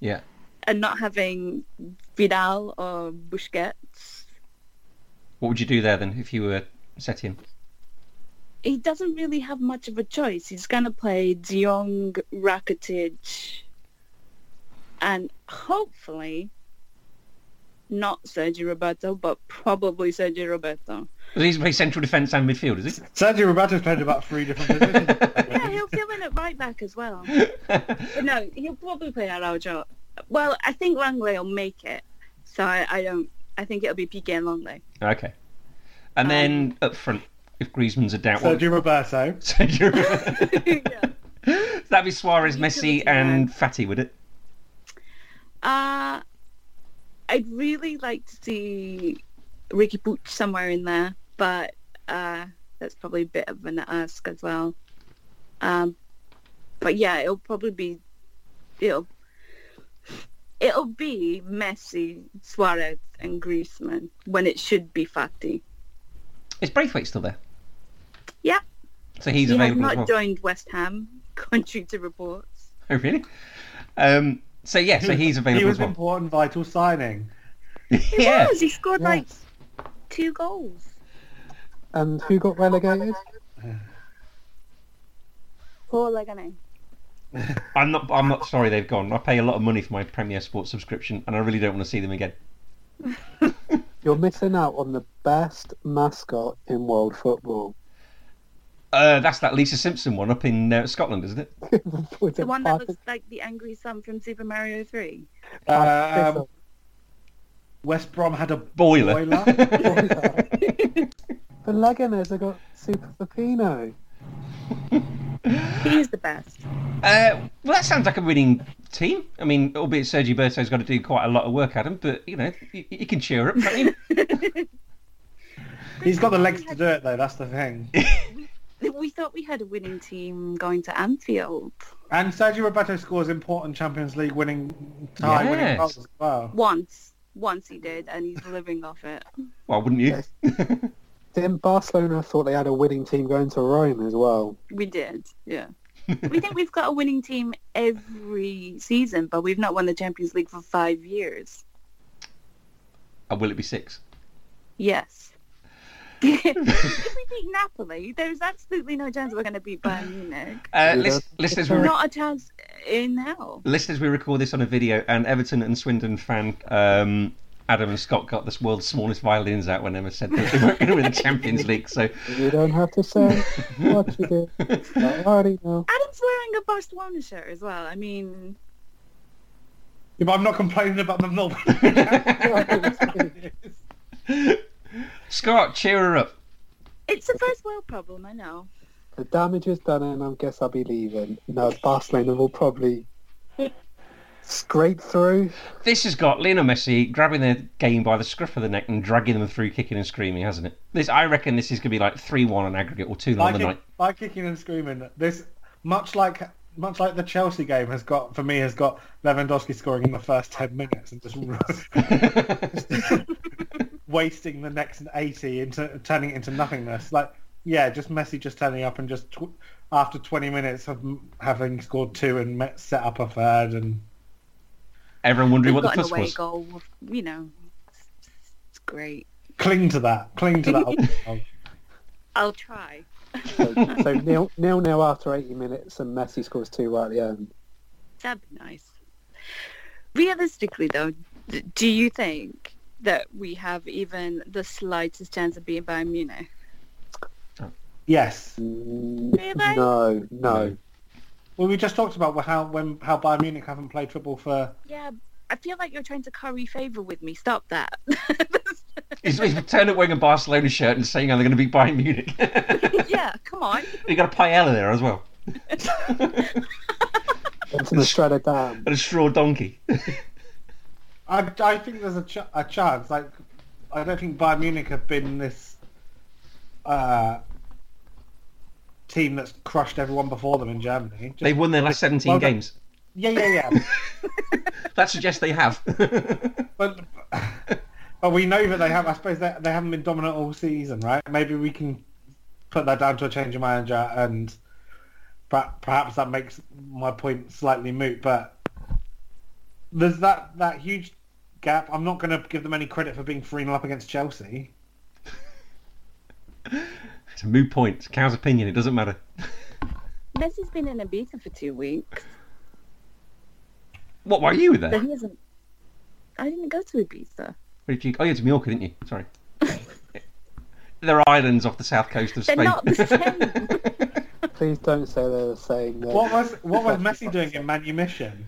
[SPEAKER 1] Yeah.
[SPEAKER 4] and not having Vidal or Busquets.
[SPEAKER 1] What would you do there then if you were set in?
[SPEAKER 4] He doesn't really have much of a choice. He's going to play De Jong, Rakitic, and hopefully not Sergio Roberto, but probably Sergio Roberto.
[SPEAKER 1] So he's play central defence and midfield, is he?
[SPEAKER 3] Sergio Roberto's played about three different positions.
[SPEAKER 1] [LAUGHS]
[SPEAKER 4] Yeah, he'll fill in at right back as well. But no, he'll probably play Araujo. Well, I think Langley will make it, so I, I don't. I think it'll be PK and Langley.
[SPEAKER 1] okay. And then up front, if Griezmann's a doubt, what-
[SPEAKER 3] Sergio Roberto.
[SPEAKER 1] [LAUGHS] Sergio-
[SPEAKER 4] yeah.
[SPEAKER 1] [LAUGHS] that'd be Suarez, Messi,
[SPEAKER 4] Utility man.
[SPEAKER 1] and Fatty, would it?
[SPEAKER 4] Uh, I'd really like to see Ricky Pooch somewhere in there, but uh, that's probably a bit of an ask as well. Um, but yeah, it'll probably be it'll it'll be Messi, Suarez, and Griezmann when it should be Fati.
[SPEAKER 1] Is Braithwaite still there?
[SPEAKER 4] Yeah.
[SPEAKER 1] So he's
[SPEAKER 4] he has
[SPEAKER 1] available
[SPEAKER 4] not
[SPEAKER 1] as well.
[SPEAKER 4] joined West Ham, [LAUGHS] contrary to reports.
[SPEAKER 1] Oh, really? Um, so yeah, so he's available
[SPEAKER 3] He was
[SPEAKER 1] as
[SPEAKER 3] an
[SPEAKER 1] well.
[SPEAKER 3] important, vital signing.
[SPEAKER 1] [LAUGHS]
[SPEAKER 4] He
[SPEAKER 1] yeah.
[SPEAKER 4] was. He scored like two goals.
[SPEAKER 2] And who got relegated?
[SPEAKER 4] Poor Legané.
[SPEAKER 1] I'm not. I'm not sorry they've gone. I pay a lot of money for my Premier Sports subscription, and I really don't want to see them again.
[SPEAKER 2] You're missing out on the best mascot in world football. [LAUGHS]
[SPEAKER 1] Uh, that's that Lisa Simpson one up in uh, Scotland, isn't it?
[SPEAKER 2] With
[SPEAKER 4] The
[SPEAKER 2] a
[SPEAKER 4] one that
[SPEAKER 2] path-
[SPEAKER 4] looks like the angry sun from Super Mario 3.
[SPEAKER 2] path-
[SPEAKER 3] Um, West Brom had a
[SPEAKER 1] [LAUGHS] Boiler.
[SPEAKER 3] boiler.
[SPEAKER 2] The Leganers have got Super Pepino.
[SPEAKER 4] He is the best.
[SPEAKER 1] Uh, well, that sounds like a winning team. I mean, albeit Sergio Berto's got to do quite a lot of work, Adam, but you know, you, you can cheer up, can't you?
[SPEAKER 3] He's got the legs to do it though. That's the thing.
[SPEAKER 4] [LAUGHS] We thought we had a winning team going to Anfield.
[SPEAKER 3] And Sergio Roberto scores important Champions League winning time winning
[SPEAKER 1] Yes.
[SPEAKER 3] goals as well.
[SPEAKER 4] Once. Once he did, and he's living off it.
[SPEAKER 1] well, wouldn't you? [LAUGHS]
[SPEAKER 2] Didn't Barcelona thought they had a winning team going to Rome as well?
[SPEAKER 4] We did, yeah. we think we've got a winning team every season, but we've not won the Champions League for five years.
[SPEAKER 1] Or will it be six?
[SPEAKER 4] Yes. if we beat Napoli, there's absolutely no chance we're going to beat Bayern Munich.
[SPEAKER 1] Uh,
[SPEAKER 2] Yeah.
[SPEAKER 1] lis- listeners, we re-
[SPEAKER 4] Not a chance in hell.
[SPEAKER 1] listeners, we record this on a video, and Everton and Swindon fan um, Adam and Scott got this world's smallest violins out when Emma said that they weren't going to win the Champions League. So [LAUGHS]
[SPEAKER 2] You don't have to say what you did. I already know. [LAUGHS]
[SPEAKER 4] Adam's wearing a Barcelona shirt as well. I mean,
[SPEAKER 3] Yeah, but I'm not complaining about them
[SPEAKER 1] [LAUGHS]
[SPEAKER 3] not.
[SPEAKER 1] Scott, cheer her up.
[SPEAKER 4] it's a first world problem, I know.
[SPEAKER 2] The damage is done and I guess I'll be leaving. No, Barcelona will probably scrape through.
[SPEAKER 1] This has got Lionel Messi grabbing their game by the scruff of the neck and dragging them through, kicking and screaming, hasn't it? This, I reckon, this is going to be like three-one on aggregate or two-nil on
[SPEAKER 3] by,
[SPEAKER 1] the night.
[SPEAKER 3] kick, by kicking and screaming. This much like much like the Chelsea game has got for me has got Lewandowski scoring in the first ten minutes and just [LAUGHS] wasting the next eighty into turning it into nothingness. Like yeah, just Messi just turning up and just tw- after twenty minutes of m- having scored two and met, set up a third and
[SPEAKER 1] [LAUGHS] Everyone wondering
[SPEAKER 4] We've
[SPEAKER 1] what the
[SPEAKER 4] got an
[SPEAKER 1] fuss
[SPEAKER 4] away
[SPEAKER 1] was.
[SPEAKER 4] goal. You know, it's, it's great.
[SPEAKER 3] cling to that, cling to that. Oh,
[SPEAKER 4] I'll try.
[SPEAKER 2] So, so nil, nil nil after 80 minutes and Messi scores two at the end.
[SPEAKER 4] That'd be nice. Realistically, though, d- do you think that we have even the slightest chance of being Bayern Munich?
[SPEAKER 3] yes.
[SPEAKER 4] Really?
[SPEAKER 2] Mm, No, no.
[SPEAKER 3] Well, we just talked about how when how Bayern Munich haven't played football for
[SPEAKER 4] Yeah, I feel like you're trying to curry favour with me. Stop that. [LAUGHS]
[SPEAKER 1] He's, he's turned up wearing a Barcelona shirt and saying how they're going to beat Bayern Munich. [LAUGHS]
[SPEAKER 4] [LAUGHS] yeah, come on.
[SPEAKER 1] you got a paella there as well,
[SPEAKER 4] [LAUGHS]
[SPEAKER 2] Into the Strata Dam.
[SPEAKER 1] and a straw
[SPEAKER 4] [LAUGHS]
[SPEAKER 1] donkey.
[SPEAKER 3] I, I think there's a, ch- a chance. Like, I don't think Bayern Munich have been this uh, team that's crushed everyone before them in Germany. Just-
[SPEAKER 1] They won their last 17
[SPEAKER 3] Well done.
[SPEAKER 1] games. [LAUGHS]
[SPEAKER 3] yeah, yeah, yeah.
[SPEAKER 1] That suggests they
[SPEAKER 4] [LAUGHS]
[SPEAKER 1] have.
[SPEAKER 3] but but we know that they have. I suppose they, they haven't been dominant all season, right? Maybe we can put that down to a change of manager, and per- perhaps that makes my point slightly moot. But there's that that huge gap. I'm not going to give them any credit for being three 0 up against Chelsea.
[SPEAKER 1] it's a moot point. It's Cow's opinion. It doesn't matter.
[SPEAKER 4] Messi's been in Ibiza for two weeks,
[SPEAKER 1] What? Why are you
[SPEAKER 4] but
[SPEAKER 1] there?
[SPEAKER 4] he isn't. I didn't go to Ibiza.
[SPEAKER 1] Where did you? Oh, you went to Mallorca, didn't you? Sorry. [LAUGHS] there are islands off the south coast of
[SPEAKER 4] They're
[SPEAKER 1] Spain.
[SPEAKER 4] not the
[SPEAKER 2] Please don't say they're saying that.
[SPEAKER 3] What was what was Messi doing in Manu Mission?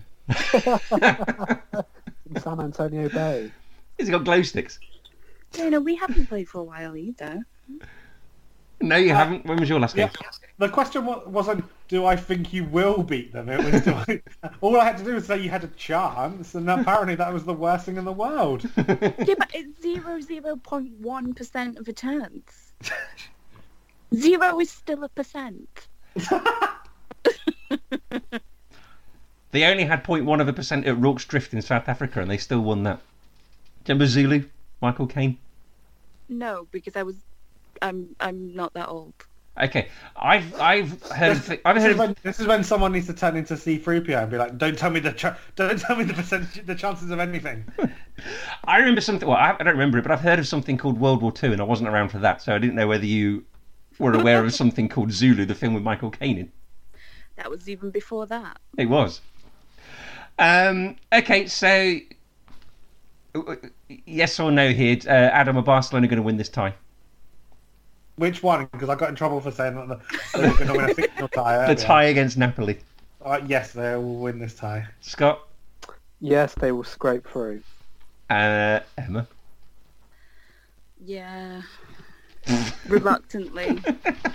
[SPEAKER 2] San Antonio Bay.
[SPEAKER 1] [LAUGHS] He's got glow sticks.
[SPEAKER 4] You know, we haven't played for a while either.
[SPEAKER 1] No, you haven't. When was your last game?
[SPEAKER 3] Yeah. The question wa- wasn't, do I think you will beat them? It was, [LAUGHS] do I, all I had to do was say you had a chance, and apparently that was the worst thing in the world.
[SPEAKER 4] Yeah, but it's zero zero point one percent of
[SPEAKER 2] [LAUGHS]
[SPEAKER 4] a chance. zero is still a percent.
[SPEAKER 1] [LAUGHS] They only had 0.1 of a percent at Rorke's Drift in South Africa, and they still won that. Do you remember Zulu? Michael Caine.
[SPEAKER 4] No, because I was, I'm, I'm not that old.
[SPEAKER 1] Okay, I've I've heard of thi- I've
[SPEAKER 3] This
[SPEAKER 1] heard
[SPEAKER 3] is,
[SPEAKER 1] of,
[SPEAKER 3] when, this is when someone needs to turn into C-3PO and be like, don't tell me the ch- don't tell me the percentage, the chances of anything.
[SPEAKER 1] I remember something. Well, I I don't remember it, but I've heard of something called World War Two, and I wasn't around for that, so I didn't know whether you were aware of something called Zulu, the film with Michael Caine in.
[SPEAKER 4] That was even before that.
[SPEAKER 1] It was. Um, okay, so yes or no here? Uh, Adam, are Barcelona going to win this tie?
[SPEAKER 3] Which one? Because I got in trouble for saying that the- they were going to win a fictional tie.
[SPEAKER 1] The
[SPEAKER 3] earlier.
[SPEAKER 1] tie against Napoli.
[SPEAKER 3] Uh, yes, they will win this tie.
[SPEAKER 1] Scott,
[SPEAKER 2] Yes, they will scrape through.
[SPEAKER 1] uh, Emma.
[SPEAKER 2] [LAUGHS]
[SPEAKER 4] Yeah. Reluctantly,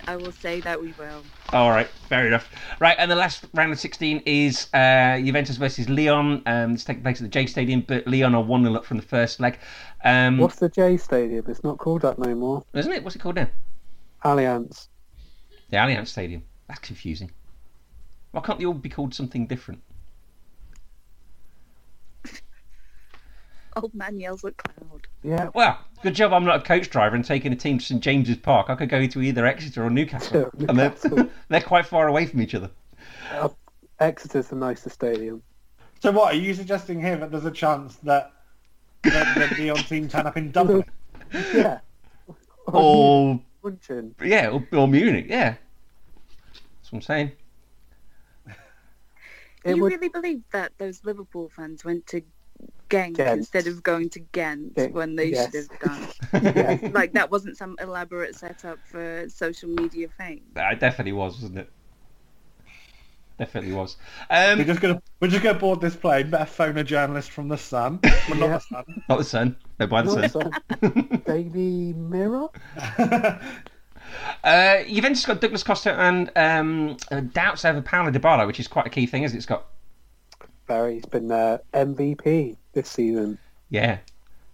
[SPEAKER 4] I will say that we will.
[SPEAKER 1] [LAUGHS] All right, fair enough. Right, and the last round of 16 is uh, Juventus versus Leon. Um, it's taking place at the J Stadium, but Leon are 1 0 up from the first leg. Um,
[SPEAKER 2] What's the J Stadium? It's not called that no more.
[SPEAKER 1] Isn't it? What's it called now?
[SPEAKER 2] Allianz.
[SPEAKER 1] The Allianz Stadium. That's confusing. Why can't they all be called something different?
[SPEAKER 4] Old man yells at cloud.
[SPEAKER 2] Yeah.
[SPEAKER 1] Well, good job I'm not a coach driver and taking a team to St James's Park. I could go to either Exeter or Newcastle.
[SPEAKER 2] Yeah,
[SPEAKER 1] and they're,
[SPEAKER 2] Newcastle.
[SPEAKER 1] [LAUGHS] they're quite far away from
[SPEAKER 2] [LAUGHS]
[SPEAKER 1] each other.
[SPEAKER 2] Exeter's the nicest stadium.
[SPEAKER 3] So what are you suggesting here that there's a chance that that the Leon team turn
[SPEAKER 2] [LAUGHS]
[SPEAKER 3] up in Dublin?
[SPEAKER 2] Yeah.
[SPEAKER 1] Or,
[SPEAKER 2] Munchen.
[SPEAKER 1] yeah, or, or Munich, yeah. That's what I'm saying.
[SPEAKER 2] It
[SPEAKER 4] you
[SPEAKER 2] would
[SPEAKER 4] really believe that those Liverpool fans went to Genk,
[SPEAKER 2] Ghent.
[SPEAKER 4] instead of going to Ghent
[SPEAKER 2] Ghent,
[SPEAKER 4] when they
[SPEAKER 2] yes.
[SPEAKER 4] should have
[SPEAKER 1] [LAUGHS]
[SPEAKER 4] done?
[SPEAKER 3] [LAUGHS]
[SPEAKER 2] yeah.
[SPEAKER 4] like that wasn't some elaborate setup for social media fame.
[SPEAKER 1] It definitely was, wasn't it? Definitely was.
[SPEAKER 3] We're
[SPEAKER 1] Um,
[SPEAKER 3] just gonna we're just gonna board this plane. Better phone a journalist from the Sun. Well, not
[SPEAKER 1] not the sun. No, by the sun.
[SPEAKER 2] Not so. Daily Mirror?
[SPEAKER 3] the Sun.
[SPEAKER 1] [LAUGHS] Uh, Juventus got Douglas Costa and um, uh, doubts over Paolo Dybala, which is quite a key thing, isn't it, Scott?
[SPEAKER 2] Barry's been uh, MVP this season,
[SPEAKER 1] Yeah.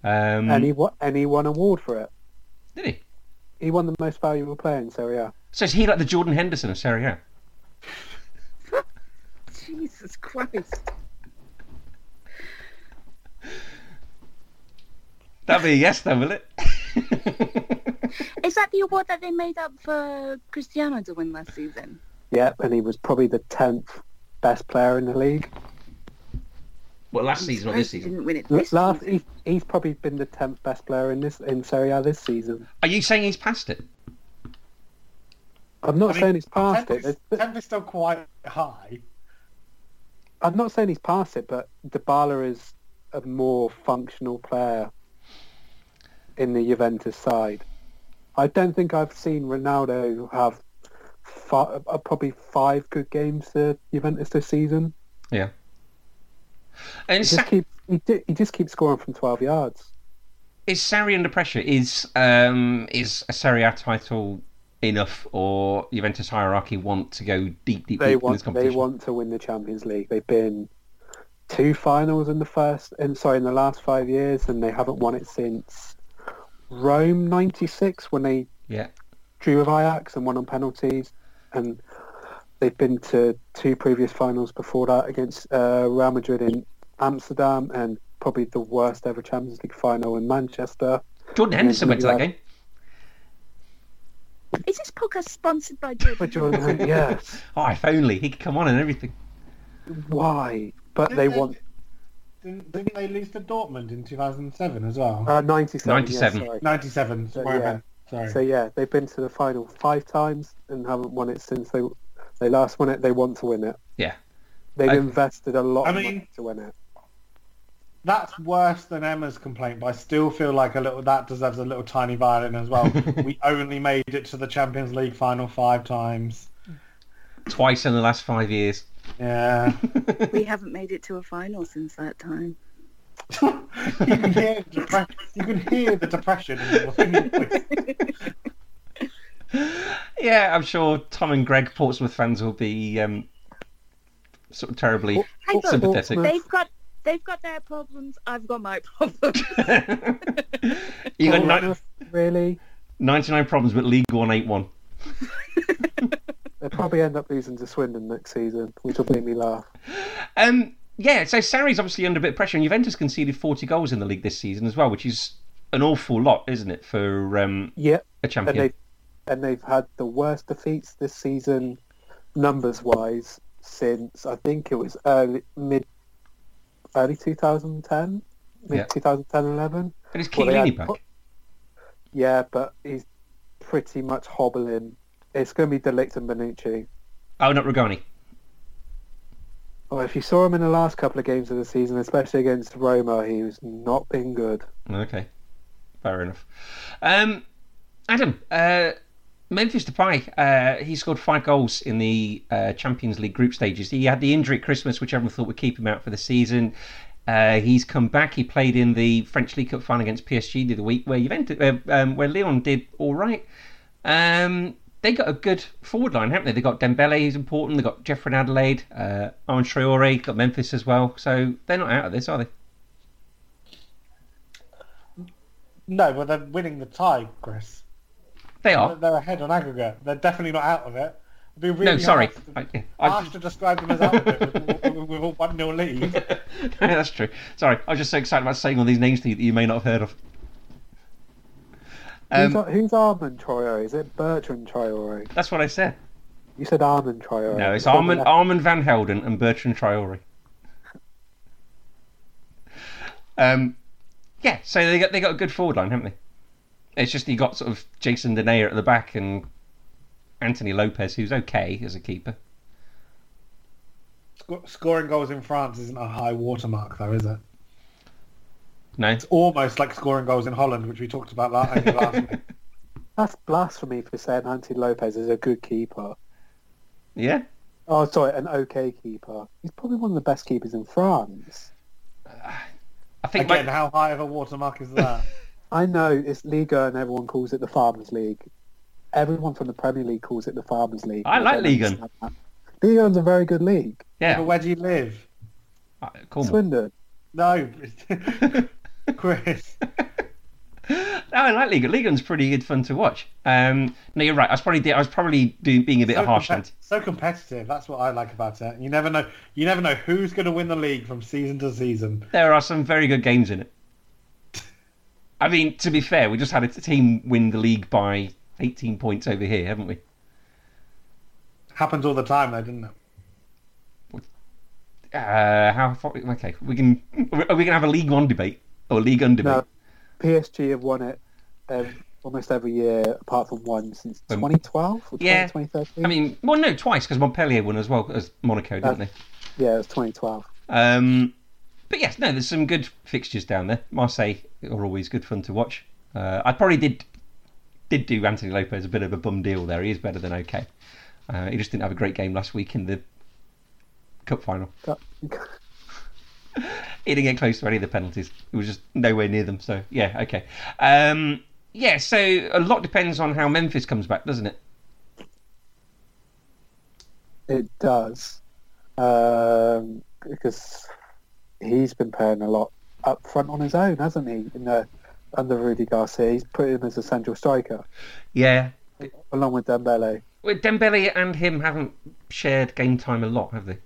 [SPEAKER 1] Um,
[SPEAKER 3] Hmm.
[SPEAKER 2] and he won, and he won an award for it.
[SPEAKER 1] Did he?
[SPEAKER 2] He won the most valuable player in Serie A.
[SPEAKER 1] So is he like the Jordan Henderson of Serie A?
[SPEAKER 4] Jesus Christ!
[SPEAKER 1] That'd be a yes, then, will it?
[SPEAKER 4] Is that the award that they made up for Cristiano to win last season?
[SPEAKER 2] Yep, and he was probably the tenth best player in the league.
[SPEAKER 1] [LAUGHS] well, last
[SPEAKER 4] I'm
[SPEAKER 1] season or this
[SPEAKER 4] surprised he
[SPEAKER 1] season?
[SPEAKER 4] Didn't win it
[SPEAKER 2] L-
[SPEAKER 4] this
[SPEAKER 2] Last,
[SPEAKER 4] season.
[SPEAKER 2] he, he's probably been the tenth best player in this in Serie A this season.
[SPEAKER 1] Are you saying he's past it?
[SPEAKER 2] I'm not
[SPEAKER 3] I mean,
[SPEAKER 2] saying he's past
[SPEAKER 3] Tenth
[SPEAKER 2] it.
[SPEAKER 3] is-
[SPEAKER 2] There's-
[SPEAKER 3] tenth is still quite high.
[SPEAKER 2] I'm not saying he's past it, but Dybala is a more functional player in the Juventus side. I don't think I've seen Ronaldo have fi- uh, probably five good games to Juventus this season.
[SPEAKER 1] And
[SPEAKER 2] He
[SPEAKER 1] Sa-
[SPEAKER 2] just keeps he, di- he just keeps scoring from 12 yards.
[SPEAKER 1] is Sarri under pressure? Is um, is a Serie A title enough, or Juventus hierarchy want to go deep, deep, deep in
[SPEAKER 2] They
[SPEAKER 1] this
[SPEAKER 2] want they
[SPEAKER 1] competition?
[SPEAKER 2] want to win the Champions League. They've been two finals in the first and sorry in the last five years, and they haven't won it since Rome '96 when they
[SPEAKER 1] Yeah.
[SPEAKER 2] drew with Ajax and won on penalties, and they've been to two previous finals before that against uh, Real Madrid in Amsterdam and probably the worst ever Champions League final in Manchester.
[SPEAKER 1] Jordan Henderson went to that game.
[SPEAKER 4] Is this podcast sponsored by Jordan?
[SPEAKER 2] [LAUGHS]
[SPEAKER 1] [LAUGHS]
[SPEAKER 2] But Jordan, yes,
[SPEAKER 1] Oh, if only he could come on and everything.
[SPEAKER 2] why? But they want
[SPEAKER 3] Didn't, didn't they lose to Dortmund in 2007 as well?
[SPEAKER 2] uh, 97.
[SPEAKER 1] 97.
[SPEAKER 2] Yeah, sorry.
[SPEAKER 3] 97.
[SPEAKER 2] So,
[SPEAKER 3] sorry,
[SPEAKER 2] yeah.
[SPEAKER 3] Ben, Sorry.
[SPEAKER 2] So yeah, they've been to the final five times and haven't won it since they they last won it. They want to win it.
[SPEAKER 1] Yeah.
[SPEAKER 2] They've
[SPEAKER 1] I-
[SPEAKER 2] invested a lot
[SPEAKER 3] I
[SPEAKER 2] of
[SPEAKER 3] mean-
[SPEAKER 2] money to win it.
[SPEAKER 3] That's worse than Emma's complaint, but I still feel like a little that deserves a little tiny violin as
[SPEAKER 2] [LAUGHS]
[SPEAKER 3] well. we only made it to the Champions League final five times.
[SPEAKER 1] Twice in the last five years.
[SPEAKER 3] Yeah.
[SPEAKER 4] we haven't made it to a final since that time.
[SPEAKER 3] you, can hear depre- you can hear the depression in your
[SPEAKER 2] [LAUGHS]
[SPEAKER 3] voice.
[SPEAKER 1] [LAUGHS] Yeah, I'm sure Tom and Greg Portsmouth fans will be um, sort of [LAUGHS]
[SPEAKER 2] Oh.
[SPEAKER 1] terribly
[SPEAKER 4] Hang on.
[SPEAKER 1] sympathetic.
[SPEAKER 2] Portsmouth.
[SPEAKER 4] They've got they've got their problems. I've got my [LAUGHS] problems.
[SPEAKER 1] you got nine-
[SPEAKER 2] Bournemouth, really?
[SPEAKER 1] 99 problems, but League One eight one.
[SPEAKER 2] They'll probably end up losing to Swindon next season, which will make me laugh.
[SPEAKER 1] Um, yeah, so Sarri's obviously under a bit of pressure, and Juventus conceded 40 goals in the league this season as well, which is an awful lot, isn't it, for um,
[SPEAKER 2] Yeah,
[SPEAKER 1] a
[SPEAKER 2] and
[SPEAKER 1] champion?
[SPEAKER 2] they and they've had the worst defeats this season, numbers wise, since I think it was early mid early 2010, mid
[SPEAKER 1] Yeah.
[SPEAKER 2] 2010 11.
[SPEAKER 1] And it's
[SPEAKER 2] well, they
[SPEAKER 1] Chiellini
[SPEAKER 2] had-
[SPEAKER 1] back.
[SPEAKER 2] Yeah, but he's pretty much hobbling. It's going to be Delict and Benucci.
[SPEAKER 1] Oh, not Rogani.
[SPEAKER 2] Well, if you saw him in the last couple of games of the season, especially against Roma, he was not been good.
[SPEAKER 1] Okay, fair enough. Um, Adam, uh, Memphis Depay, uh, he scored five goals in the uh, Champions League group stages. He had the injury at Christmas, which everyone thought would keep him out for the season. Uh, he's come back. He played in the French League Cup final against PSG the other week, where Juventus, where, um, where Leon did all right. Um, they got a good forward line, haven't they? They got Dembele, who's important. They got Jeffrey and Adelaide, uh, Aaron Traore, got Memphis as well. So they're not out of this, are they?
[SPEAKER 3] No, but they're winning the tie, Chris.
[SPEAKER 1] They
[SPEAKER 3] They're-
[SPEAKER 1] are.
[SPEAKER 3] They're ahead on aggregate. They're definitely not out of it. It'd be really Ah.
[SPEAKER 1] No, sorry.
[SPEAKER 3] Harsh to,
[SPEAKER 1] I, I, [LAUGHS]
[SPEAKER 3] harsh to describe them as out of it with, with, with a one 0 lead.
[SPEAKER 1] that's true. Sorry, I was just so excited about saying all these names to you that you may not have heard of.
[SPEAKER 2] Who's,
[SPEAKER 1] Um,
[SPEAKER 2] our- who's Armand Traore? Is it Bertrand Traore?
[SPEAKER 1] that's what I said.
[SPEAKER 2] You said Armand Traore.
[SPEAKER 1] No, it's Armand, Armand Van Helden and Bertrand Traore. Um, yeah, so they got they got a good forward line, haven't they? It's just you got sort of Jason Denayer at the back and Anthony Lopez, who's okay as a keeper.
[SPEAKER 3] Sc- Scoring goals in France isn't a high watermark, though, is it?
[SPEAKER 1] No,
[SPEAKER 3] It's almost like scoring goals in Holland, which we talked about la- only last week.
[SPEAKER 2] That's blasphemy for saying Anthony Lopez is a good keeper.
[SPEAKER 1] [LAUGHS] yeah,
[SPEAKER 2] Oh, sorry, an okay keeper. He's probably one of the best keepers in France.
[SPEAKER 1] I think
[SPEAKER 3] Again,
[SPEAKER 1] my-
[SPEAKER 3] how high of a watermark is that?
[SPEAKER 2] I know it's Liga and everyone calls it the Farmers League. Everyone from the Premier League calls it the Farmers League.
[SPEAKER 1] I like
[SPEAKER 2] don't
[SPEAKER 1] Liga.
[SPEAKER 2] understand that. Liga's a very good league.
[SPEAKER 3] But
[SPEAKER 1] [LAUGHS] yeah,
[SPEAKER 3] where do you live?
[SPEAKER 1] uh, Cornwall.
[SPEAKER 2] Swindon.
[SPEAKER 1] [LAUGHS]
[SPEAKER 3] No, Chris.
[SPEAKER 1] No, I like Ligon. Ligon's pretty good fun to watch. Um, no, you're right. I was probably de- I was probably doing, being a bit
[SPEAKER 3] so,
[SPEAKER 1] harsh. then.
[SPEAKER 3] compet- so competitive. That's what I like about it. You never know. You never know who's going to win the league from season to season.
[SPEAKER 1] There are some very good games in it. I mean, to be fair, we just had a team win the league by 18 points over here, haven't we?
[SPEAKER 3] Happens all the time, though, doesn't it?
[SPEAKER 1] Uh, how far? Okay, we can. [LAUGHS] Are we gonna have a League One debate or League Un debate?
[SPEAKER 2] No, PSG have won it um, almost every year apart from one since
[SPEAKER 1] Um,
[SPEAKER 2] 2012 or
[SPEAKER 1] yeah.
[SPEAKER 2] 2013.
[SPEAKER 1] I mean, well, no, twice because Montpellier won as well as Monaco, didn't they?
[SPEAKER 2] yeah, it was 2012.
[SPEAKER 1] Um, but yes, no, there's some good fixtures down there. Marseille are always good fun to watch. Uh, I probably did did do Anthony Lopez a bit of a bum deal there. He is better than okay. Uh, he just didn't have a great game last week in the cup final.
[SPEAKER 2] That-
[SPEAKER 1] he didn't get close to any of the penalties. It was just nowhere near them. So yeah, okay. Um, yeah, so a lot depends on how Memphis comes back, doesn't it?
[SPEAKER 2] [LAUGHS] It does, um, because he's been playing a lot up front on his own, hasn't he? In the, under Rudy Garcia, he's put him as a central striker
[SPEAKER 1] Yeah.
[SPEAKER 2] along with Dembele.
[SPEAKER 1] Well, Dembele and him haven't shared game time a lot, have they?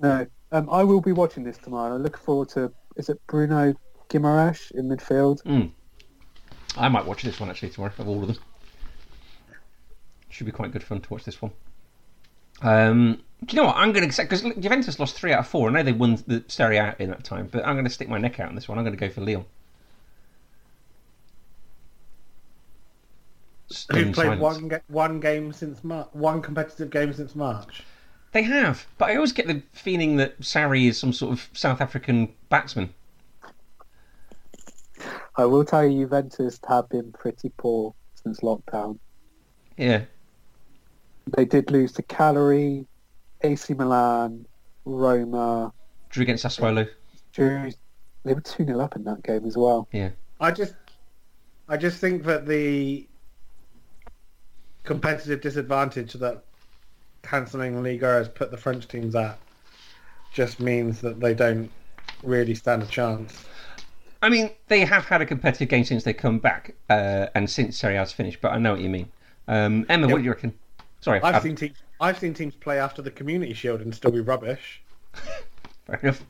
[SPEAKER 2] No, um, I will be watching this tomorrow. I look forward to. Is it Bruno Guimaraes in midfield?
[SPEAKER 1] I might watch this one actually tomorrow of all of them. Should be quite good fun to watch this one. Um, do you know what? I'm going to because Juventus lost three out of four. I know they won the Serie A in that time, but I'm going to stick my neck out on this one. I'm going to go for Lyon.
[SPEAKER 3] Who've
[SPEAKER 1] Stunned
[SPEAKER 3] played
[SPEAKER 1] silence.
[SPEAKER 3] one, ga- one game since March? One competitive game since March.
[SPEAKER 1] They have, but I always get the feeling that Sarri is some sort of South African batsman.
[SPEAKER 2] I will tell you, Juventus have been pretty poor since lockdown.
[SPEAKER 1] Yeah,
[SPEAKER 2] They did lose to Cagliari, AC Milan, Roma.
[SPEAKER 1] drew against Sassuolo.
[SPEAKER 2] Drew. They were 2 0 up in that game as well.
[SPEAKER 3] I just, I just think that the competitive disadvantage that cancelling Liga has put the French teams at just means that they don't really stand a chance.
[SPEAKER 1] I mean, they have had a competitive game since they come back uh, and since Serie A's finished, but I know what you mean. Um, Emma, what do you reckon? Sorry,
[SPEAKER 3] I've
[SPEAKER 1] Ab-
[SPEAKER 3] seen teams, I've seen teams play after the Community Shield and still be rubbish.
[SPEAKER 1] [LAUGHS] fair enough.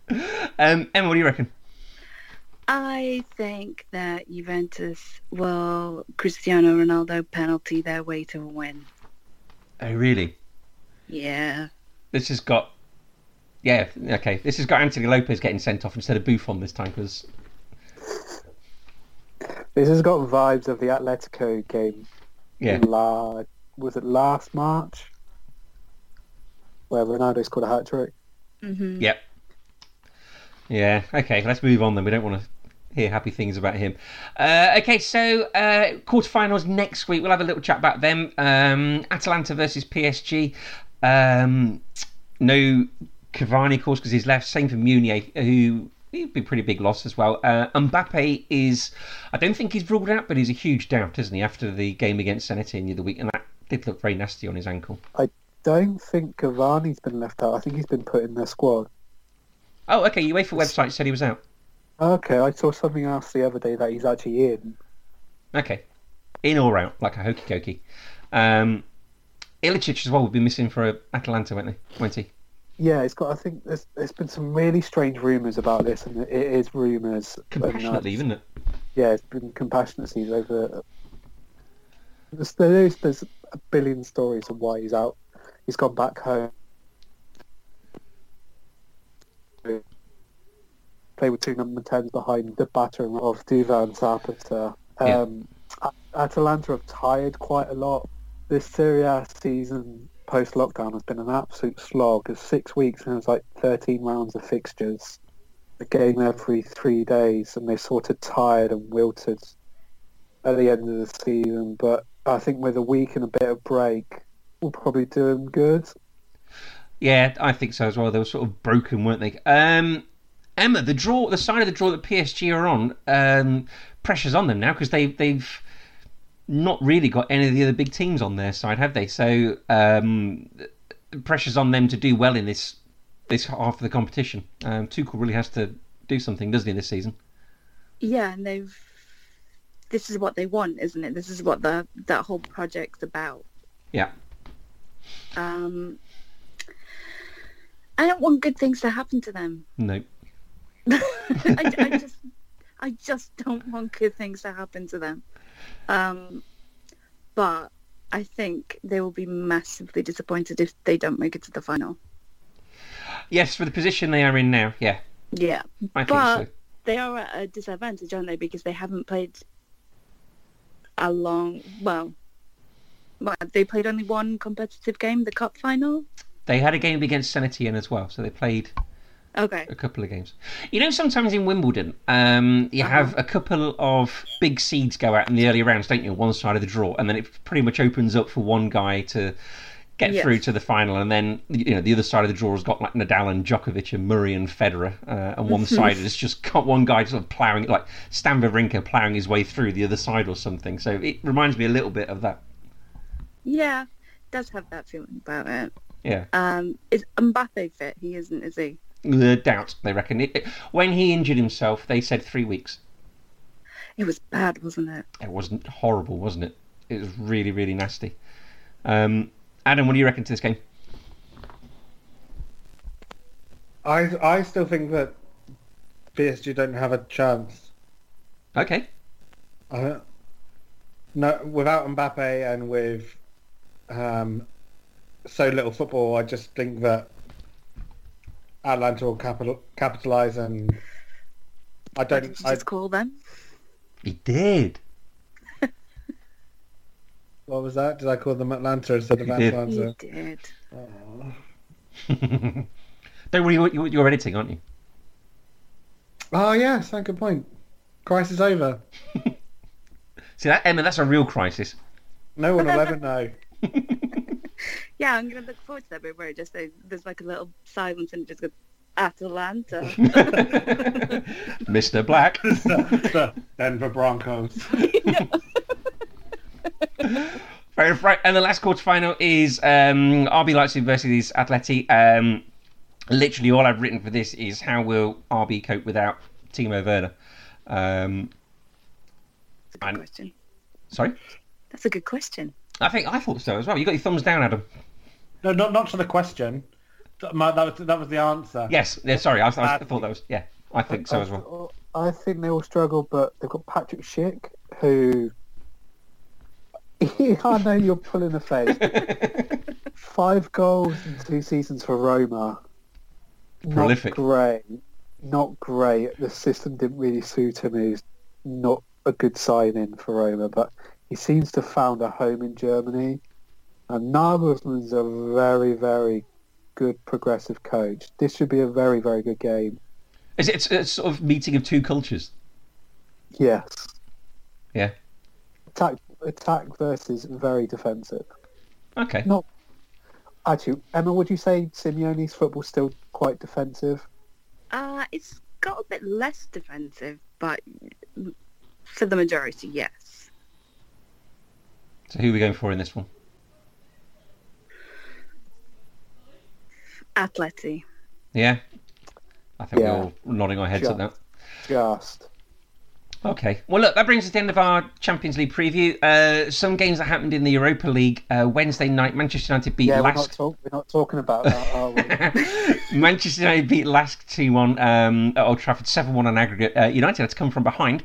[SPEAKER 1] Um, Emma, what do you reckon?
[SPEAKER 4] I think that Juventus will Cristiano Ronaldo penalty their way to a win.
[SPEAKER 1] Oh, really?
[SPEAKER 4] Yeah.
[SPEAKER 1] This has got. Yeah, okay. This has got Anthony Lopez getting sent off instead of Buffon this time because
[SPEAKER 2] This has got vibes of the Atletico game.
[SPEAKER 1] yeah,
[SPEAKER 2] in La, was it last March? Where Ronaldo scored a hat trick.
[SPEAKER 4] hmm
[SPEAKER 1] yep, yeah. Okay, let's move on then. We don't want to hear happy things about him. Uh, okay, so uh, quarterfinals next week. We'll have a little chat about them. Um, Atalanta versus PSG. Um, no Cavani, of course, because he's left. Same for Munier, who It'd be a pretty big loss as well. Uh, Mbappe is, I don't think he's ruled out, but he's a huge doubt, isn't he? After the game against Seneti in the other week, and that did look very nasty on his ankle.
[SPEAKER 2] Don't think Cavani's been left out. I think he's been put in the squad.
[SPEAKER 1] Oh, okay. UEFA website said he was out.
[SPEAKER 2] Okay, I saw something else the other day that he's actually in.
[SPEAKER 1] Okay, in or out, like a hokey cokey. Um, Ilicic as well would be missing for Atalanta, won't they? Won't he?
[SPEAKER 2] Yeah, it's got. I think there's there's been some really strange rumours about this, and it is rumours. and uh, that's-
[SPEAKER 1] Compassionately, isn't it?
[SPEAKER 2] yeah, it's been compassionate seas over. There's, there's, there's a billion stories of why he's out. He's gone back home. Play with two number tens behind the battering of Duvan Zapata.
[SPEAKER 1] Yeah.
[SPEAKER 2] Um, A- Atalanta have tired quite a lot. This Serie A season post lockdown has been an absolute slog. It's six weeks and it's like 13 rounds of fixtures a game every three days, and they sort of tired and wilted at the end of the season. But I think with a week and a bit of break, we'll probably do them good.
[SPEAKER 1] Yeah, I think so as well. They were sort of broken, weren't they? Um, Emma, the draw, the side of the draw that PSG are on, um, pressure's on them now because they they've not really got any of the other big teams on their side, have they? So um, pressure's on them to do well in this this half of the competition. Um, Tuchel really has to do something, doesn't he, this season?
[SPEAKER 4] Yeah, and they've. This is what they want, isn't it? This is what the that whole project's about.
[SPEAKER 1] Yeah.
[SPEAKER 4] Um, I don't want good things to happen to them. [LAUGHS]
[SPEAKER 1] No.
[SPEAKER 4] I, I just, I just don't want good things to happen to them. Um, but I think they will be massively disappointed if they don't make it to the final.
[SPEAKER 1] Yes, for the position they are in now. Yeah,
[SPEAKER 4] Yeah,
[SPEAKER 1] I think
[SPEAKER 4] But-
[SPEAKER 1] so.
[SPEAKER 4] they are at a disadvantage, aren't they? Because they haven't played a long. Well, well, they played only one competitive game, the cup final.
[SPEAKER 1] They had a game against Senetian as well, so they played
[SPEAKER 4] Okay.
[SPEAKER 1] a couple of games. You know, sometimes in Wimbledon, um,
[SPEAKER 4] Uh-huh.
[SPEAKER 1] you have a couple of big seeds go out in the early rounds, don't you? on One side of the draw, and then it pretty much opens up for one guy to get
[SPEAKER 4] Yes.
[SPEAKER 1] through to the final, and then you know the other side of the draw has got like Nadal and Djokovic and Murray and Federer, uh, and
[SPEAKER 4] Mm-hmm.
[SPEAKER 1] one side is just got one guy sort of ploughing, like Stan Wawrinka ploughing his way through the other side or something. So it reminds me a little bit of that.
[SPEAKER 4] Yeah, it does have that feeling about it.
[SPEAKER 1] Yeah,
[SPEAKER 4] Um, is Mbappe fit? He isn't, is he?
[SPEAKER 1] the doubt they reckon. It, it- when he injured himself, they said three weeks.
[SPEAKER 4] It was bad, wasn't it?
[SPEAKER 1] it wasn't horrible, wasn't it? It was really, really nasty. Um, Adam, what do you reckon to this game?
[SPEAKER 3] I I still think that PSG don't have a chance.
[SPEAKER 1] Okay.
[SPEAKER 3] I don't, no, without Mbappe and with um, so little football, I just think that Atlanta will capital, capitalize and I
[SPEAKER 4] What did you
[SPEAKER 3] don't. I,
[SPEAKER 4] just call them?
[SPEAKER 1] He did. [LAUGHS]
[SPEAKER 3] what was that? Did I call them Atlanta instead of
[SPEAKER 1] You did.
[SPEAKER 4] You
[SPEAKER 3] Atlanta?
[SPEAKER 4] did.
[SPEAKER 1] Don't worry, you're, you're editing, aren't you?
[SPEAKER 3] Oh yes, that's a good point. Crisis over.
[SPEAKER 1] See that, Emma? That's a real crisis. [LAUGHS]
[SPEAKER 3] No one will
[SPEAKER 4] [LAUGHS]
[SPEAKER 3] ever know. [LAUGHS]
[SPEAKER 4] Yeah, I'm gonna look forward to that bit where it just says- there's like a little silence and it just goes Atalanta. [LAUGHS]
[SPEAKER 1] Mr. Black.
[SPEAKER 3] Denver Broncos.
[SPEAKER 1] Right, right. And the last quarterfinal is um, RB Leipzig versus Atleti. Um, literally, all I've written for this is how will RB cope without Timo Werner? Um,
[SPEAKER 4] That's a
[SPEAKER 1] I'm-
[SPEAKER 4] good question.
[SPEAKER 1] sorry,
[SPEAKER 4] That's a good question.
[SPEAKER 1] I think I thought so as well. You got your thumbs down, Adam.
[SPEAKER 3] No, not not to the question. My, that was that was the answer.
[SPEAKER 1] Yes, yeah, sorry, I, I thought that was yeah. I think so as well. [LAUGHS]
[SPEAKER 2] I think they will struggle, but they've got Patrick Schick, who [LAUGHS] I know you're pulling a face. Five goals in two seasons for Roma.
[SPEAKER 1] Prolific.
[SPEAKER 2] Not great. Not great. The system didn't really suit him. He's not a good sign-in for Roma, but he seems to have found a home in Germany. And Nagelsmann's a very, very good progressive coach. This should be a very, very good game.
[SPEAKER 1] Is it a sort of meeting of two cultures?
[SPEAKER 2] Yes.
[SPEAKER 1] Yeah.
[SPEAKER 2] Attack, attack versus very defensive.
[SPEAKER 1] Okay.
[SPEAKER 2] Actually, Emma, would you say Simeone's football's still quite defensive?
[SPEAKER 4] Uh, it's got a bit less defensive, but for the majority, yes.
[SPEAKER 1] So who are we going for in this one?
[SPEAKER 4] Atleti.
[SPEAKER 1] Yeah, I think
[SPEAKER 2] Yeah.
[SPEAKER 1] we're all nodding our heads
[SPEAKER 2] Sure.
[SPEAKER 1] at that.
[SPEAKER 2] Just.
[SPEAKER 1] Okay. Well, look, that brings us to the end of our Champions League preview. Uh, some games that happened in the Europa League uh, Wednesday night. Manchester United beat
[SPEAKER 2] Yeah, we're not,
[SPEAKER 1] Lask.
[SPEAKER 2] talk- we're not talking about that, are
[SPEAKER 1] [LAUGHS]
[SPEAKER 2] we?
[SPEAKER 1] Manchester United beat Lask 2 1 um, at Old Trafford, 7 1 on aggregate. Uh, United had to come from behind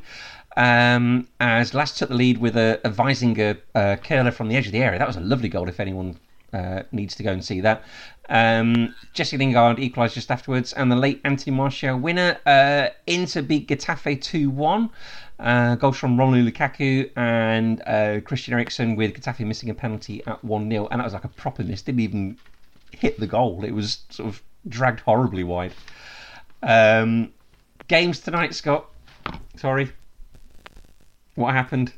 [SPEAKER 1] um, as Lask took the lead with a, a Weisinger uh, curler from the edge of the area. That was a lovely goal if anyone uh, needs to go and see that. Um, Jesse Lingard equalised just afterwards, and the late Anthony Martial winner. Uh, Inter beat Getafe 2 1. Uh, goals from Romelu Lukaku and uh, Christian Eriksen with Getafe missing a penalty at 1 0. And that was like a proper miss. Didn't even hit the goal. It was sort of dragged horribly wide. Um, games tonight, Scott. Sorry. What happened?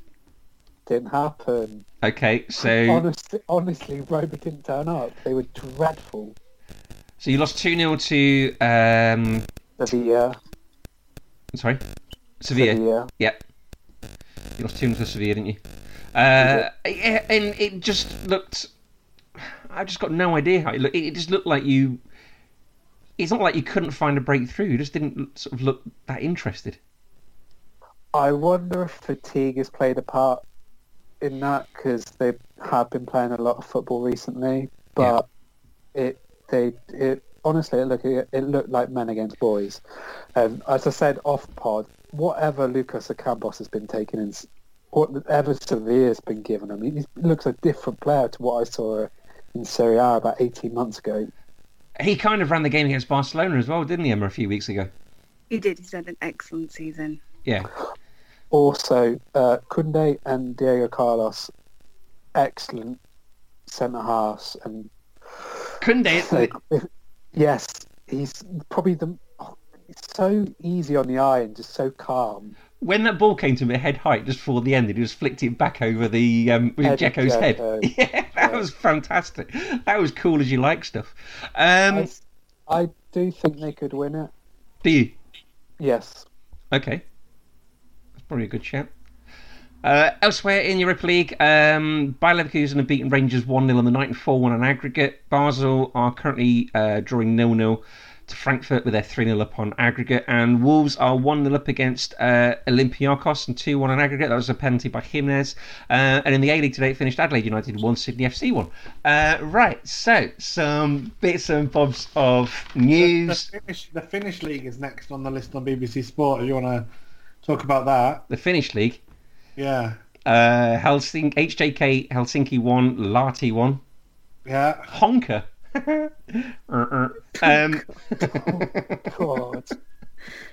[SPEAKER 2] Didn't happen.
[SPEAKER 1] Okay, so
[SPEAKER 2] Honestly, honestly, Roma didn't turn up. They were dreadful.
[SPEAKER 1] so you lost 2 0 to. Um,
[SPEAKER 2] Sevilla.
[SPEAKER 1] sorry? Sevilla.
[SPEAKER 2] Sevilla.
[SPEAKER 1] Yeah. You lost 2 0 to Sevilla, didn't you? Uh, yeah, and it just looked. I just got no idea how it looked. It it just looked like you. It's not like you couldn't find a breakthrough. You just didn't look- sort of look that interested.
[SPEAKER 2] I wonder if fatigue has played a part in that because they have been playing a lot of football recently. But it, they, it honestly, it looked it looked like men against boys. Um, as I said off pod, whatever Lucas Acambos has been taken in, s- whatever Sevilla's been given him, he looks a different player to what I saw in Serie A about 18 months ago.
[SPEAKER 1] He kind of ran the game against Barcelona as well, didn't he, Emma, a few weeks ago?
[SPEAKER 4] He did. He's had an excellent season.
[SPEAKER 1] Yeah.
[SPEAKER 2] Also, uh, Kunde and Diego Carlos, excellent centre halves and [LAUGHS]
[SPEAKER 1] Kunde,
[SPEAKER 2] Like, if- yes, he's probably the oh, he's so easy on the eye and just so calm.
[SPEAKER 1] when that ball came to him at head height just before the end, he just flicked it back over the um, with
[SPEAKER 2] Head of
[SPEAKER 1] Jekyll's head.
[SPEAKER 2] Dzeko.
[SPEAKER 1] [LAUGHS] Yeah, that was fantastic. That was cool as you like stuff. Um,
[SPEAKER 2] I, I do think they could win it.
[SPEAKER 1] Do you?
[SPEAKER 2] Yes,
[SPEAKER 1] Okay. That's probably a good shout. Uh, elsewhere in Europa League, um, Bayer Leverkusen have beaten Rangers 1 0 on the night and 4 1 on aggregate. Basel are currently uh, drawing 0 0 to Frankfurt with their 3 0 up on aggregate. And Wolves are 1 0 up against uh, Olympiakos and 2 1 on aggregate. That was a penalty by Jimenez. Uh, and in the A League today, it finished Adelaide United 1, Sydney FC 1. Uh, right, so some bits and bobs of
[SPEAKER 3] The
[SPEAKER 1] news.
[SPEAKER 3] Finnish, the Finnish league is next on the list on BBC Sport. If you want to talk about that,
[SPEAKER 1] The Finnish League.
[SPEAKER 3] yeah,
[SPEAKER 1] Uh, Helsinki, HJK Helsinki one, Lati one,
[SPEAKER 3] yeah.
[SPEAKER 1] Honker. [LAUGHS] Er, er. um,
[SPEAKER 2] God,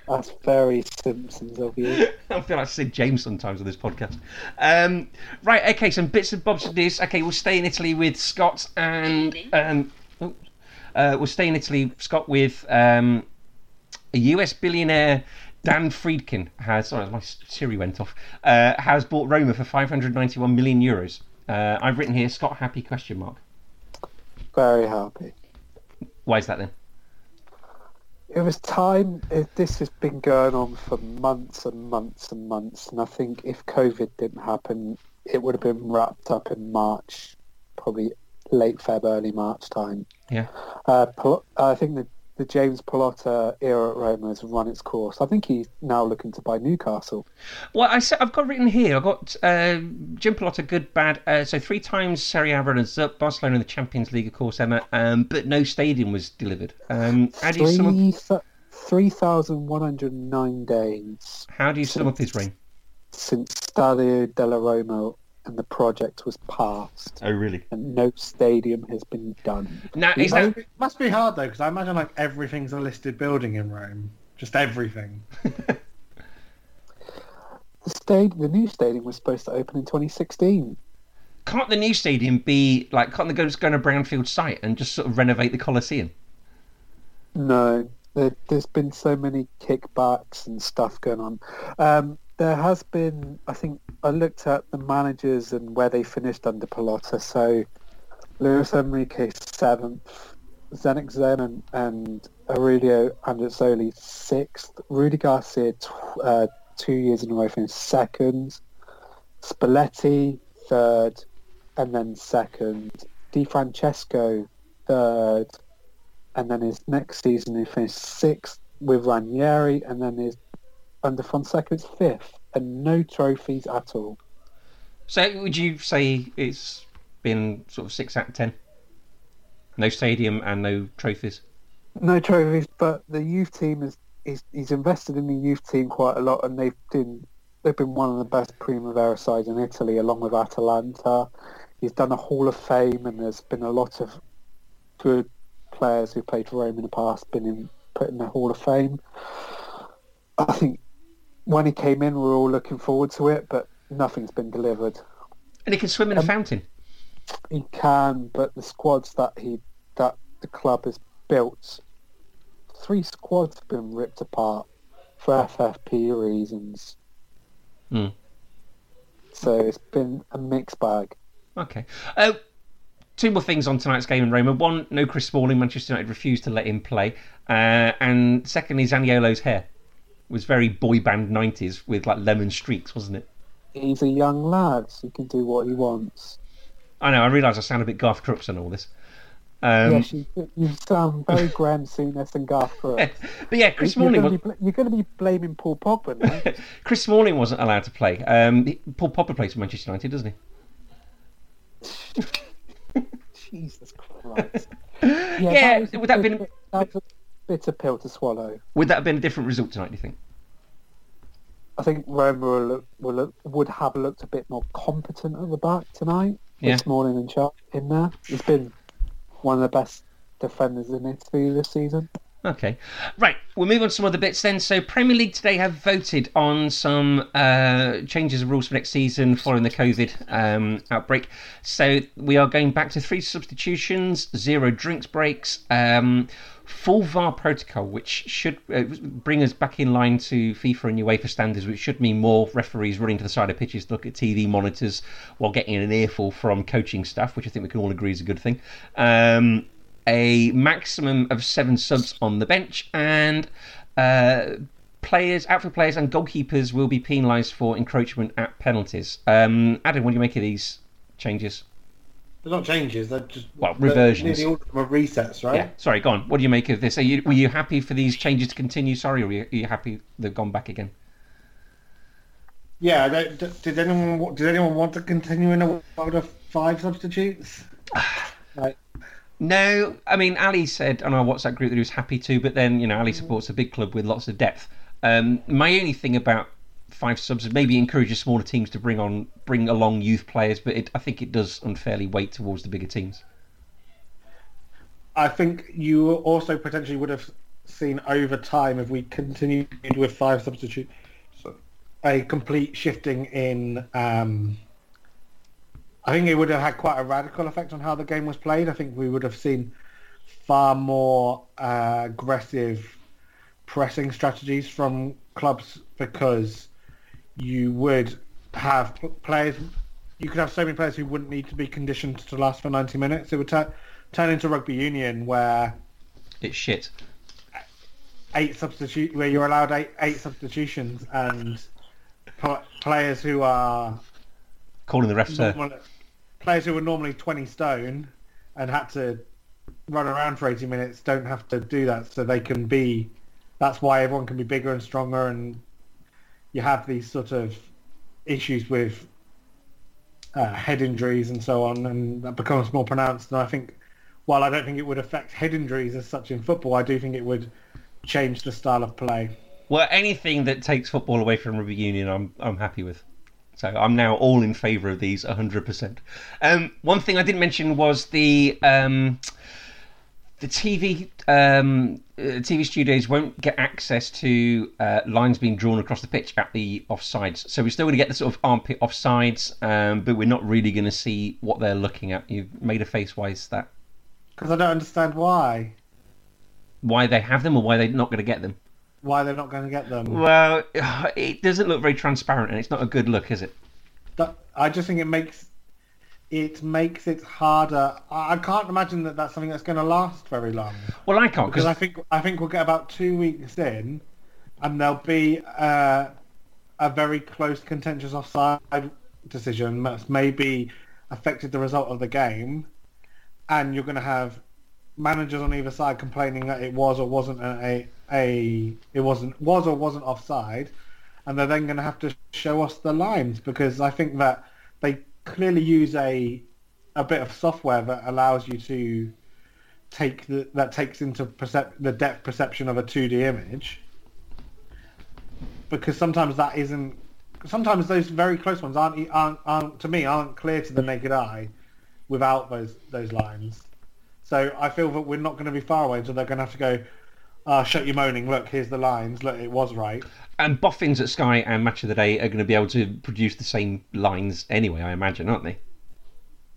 [SPEAKER 2] that's very Simpsons of you.
[SPEAKER 1] [LAUGHS] I feel like Sid James sometimes on this podcast. Um, right, okay, some bits and bobs of this. Okay, we'll stay in Italy with Scott and um, oh, uh, we'll stay in Italy, Scott, with um, a US billionaire. Dan Friedkin has sorry, my Siri went off. Uh, has bought Roma for 591 million euros. Uh, I've written here Scott happy question mark.
[SPEAKER 2] Very happy.
[SPEAKER 1] Why is that then?
[SPEAKER 2] It was time. It, this has been going on for months and months and months, and I think if COVID didn't happen, it would have been wrapped up in March, probably late Feb, early March time.
[SPEAKER 1] Yeah.
[SPEAKER 2] Uh, Pal- I think the, the James Pallotta era at Roma has run its course. I think he's now looking to buy Newcastle.
[SPEAKER 1] Well, I have got written here. I've got uh, Jim Pilotta, good, bad. Uh, so three times Serie A runners up, Barcelona in the Champions League, of course, Emma. Um, but no stadium was delivered. Um, how do you sum up?
[SPEAKER 2] Three th- 3,109 days
[SPEAKER 1] How do you sum up his reign?
[SPEAKER 2] since Stadio della Roma and the project was passed,
[SPEAKER 1] Oh, really?
[SPEAKER 2] and no stadium has been done.
[SPEAKER 1] Now is that
[SPEAKER 3] It must be hard though, because I imagine like everything's a listed building in Rome, just everything.
[SPEAKER 2] The, sta- the new stadium was supposed to open in 2016.
[SPEAKER 1] can't the new stadium be like? Can't they go just go on a brownfield site and just sort of renovate the Coliseum?
[SPEAKER 2] No, there, there's been so many kickbacks and stuff going on. Um, there has been, I think, I looked at the managers and where they finished under Pallotta. So Luis Enrique seventh, Zenit Zen and, and Aurelio Andrizzoli sixth. Rudy Garcia tw- uh, two years in a row finished second. Spalletti third, and then second. Di Francesco third, and then his next season he finished sixth with Ranieri, and then his under Fonseca is fifth, and no trophies at all.
[SPEAKER 1] So would you say it's been sort of six out of ten? No stadium and no trophies.
[SPEAKER 2] No trophies, but the youth team is he's, he's invested in the youth team quite a lot, and they've been they've been one of the best Primavera sides in Italy, along with Atalanta. He's done a Hall of Fame, and there's been a lot of good players who played for Rome in the past been in, put in the Hall of Fame. I think when he came in, we were all looking forward to it, but nothing's been delivered.
[SPEAKER 1] And it can swim in a fountain.
[SPEAKER 2] He can, but the squads that he that the club has built, three squads have been ripped apart for FFP reasons.
[SPEAKER 1] Hmm.
[SPEAKER 2] So it's been a mixed bag.
[SPEAKER 1] Okay. Uh, two more things on tonight's game in Roma. One, no Chris Smalling. Manchester United refused to let him play. Uh, and secondly, Zaniolo's hair was very boy band 90s with like lemon streaks, wasn't it?
[SPEAKER 2] He's a young lad, so he can do what he wants.
[SPEAKER 1] I know, I realise I sound a bit Garth Crooks and all this. Um,
[SPEAKER 2] yes, you, you sound very Graham Souness and Garth
[SPEAKER 1] [LAUGHS]
[SPEAKER 2] Brooks.
[SPEAKER 1] But yeah, Chris
[SPEAKER 2] you're
[SPEAKER 1] Smalling,
[SPEAKER 2] going
[SPEAKER 1] was,
[SPEAKER 2] to be, bl- you're gonna be blaming Paul Pogba now.
[SPEAKER 1] [LAUGHS] Chris Smalling wasn't allowed to play. Um, he- Paul Popper plays for Manchester United, doesn't he?
[SPEAKER 2] Jesus
[SPEAKER 1] [LAUGHS]
[SPEAKER 2] Christ.
[SPEAKER 1] Yeah,
[SPEAKER 2] was a
[SPEAKER 1] would that
[SPEAKER 2] bit-
[SPEAKER 1] have been-
[SPEAKER 2] that was a bitter pill to swallow?
[SPEAKER 1] Would that have been a different result tonight, do you think?
[SPEAKER 2] I think Roma will, look- will, look- would have looked a bit more competent at the back tonight.
[SPEAKER 1] Yeah.
[SPEAKER 2] This morning and Sharp in there. He's been one of the best defenders in Italy this season.
[SPEAKER 1] Okay. Right, we'll move on to some other bits then. So, Premier League today have voted on some uh, changes of rules for next season following the COVID um, outbreak. So, we are going back to three substitutions, zero drinks breaks, um, full VAR protocol, which should uh, bring us back in line to FIFA and UEFA standards, which should mean more referees running to the side of pitches to look at TV monitors while getting an earful from coaching staff, which I think we can all agree is a good thing. Um, a maximum of seven subs on the bench, and uh, players, outfield players, and goalkeepers will be penalised for encroachment at penalties. Um, Adam, what do you make of these changes?
[SPEAKER 3] They're not changes. They're just
[SPEAKER 1] Well,
[SPEAKER 3] they're-
[SPEAKER 1] reversions.
[SPEAKER 3] Nearly all of them are resets, right?
[SPEAKER 1] Yeah, sorry, go on. What do you make of this? Are you were you happy for these changes to continue? Sorry, or are you, are you happy they've gone back again?
[SPEAKER 3] Yeah. I don't- d- did anyone wa- did anyone want to continue in a world of five substitutes?
[SPEAKER 1] No, I mean Ali said on our WhatsApp group that he was happy to, but then you know Ali supports a big club with lots of depth. Um, my only thing about five subs is maybe encourages smaller teams to bring on bring along youth players, but it, I think it does unfairly weight towards the bigger teams.
[SPEAKER 3] I think you also potentially would have seen over time if we continued with five substitutes a complete shifting in. Um, I think it would have had quite a radical effect on how the game was played. I think we would have seen far more uh, aggressive pressing strategies from clubs because you would have p- players. You could have so many players who wouldn't need to be conditioned to last for 90 minutes. It would tu- turn into rugby union where
[SPEAKER 1] It's shit.
[SPEAKER 3] eight substitute where you're allowed eight, eight substitutions and pl- players who are
[SPEAKER 1] Calling the refs a
[SPEAKER 3] normal, players who were normally 20 stone and had to run around for 80 minutes don't have to do that so they can be that's why everyone can be bigger and stronger and you have these sort of issues with uh, head injuries and so on and that becomes more pronounced and I think while I don't think it would affect head injuries as such in football I do think it would change the style of play
[SPEAKER 1] well, anything that takes football away from rugby union, I'm I'm happy with. So I'm now all in favour of these 100%. Um, one thing I didn't mention was the um, the TV um, uh, TV studios won't get access to uh, lines being drawn across the pitch at the offsides. So we're still going to get the sort of armpit offsides, um, but we're not really going to see what they're looking at. You've made a face. Why is that?
[SPEAKER 3] because I don't understand why
[SPEAKER 1] Why they have them, or why they're not going to get them?
[SPEAKER 3] why they're not going to get them
[SPEAKER 1] Well, it doesn't look very transparent, and it's not a good look, is it?
[SPEAKER 3] that I just think it makes it makes it harder. I I can't imagine that that's something that's going to last very long
[SPEAKER 1] Well, I can't
[SPEAKER 3] because I
[SPEAKER 1] because
[SPEAKER 3] think I think we'll get about two weeks in, and there'll be uh, a very close contentious offside decision that's maybe affected the result of the game, and you're going to have managers on either side complaining that it was or wasn't a, a, a it wasn't was or wasn't offside, and they're then going to have to show us the lines because I think that they clearly use a a bit of software that allows you to take the, that takes into percep- the depth perception of a 2D image because sometimes that isn't sometimes those very close ones aren't e, aren't, aren't to me aren't clear to the naked eye without those those lines so I feel that we're not going to be far away until they're going to have to go ah shut your moaning look here's the lines look it was right
[SPEAKER 1] and boffins at Sky and Match of the Day are going to be able to produce the same lines anyway. I imagine, aren't they?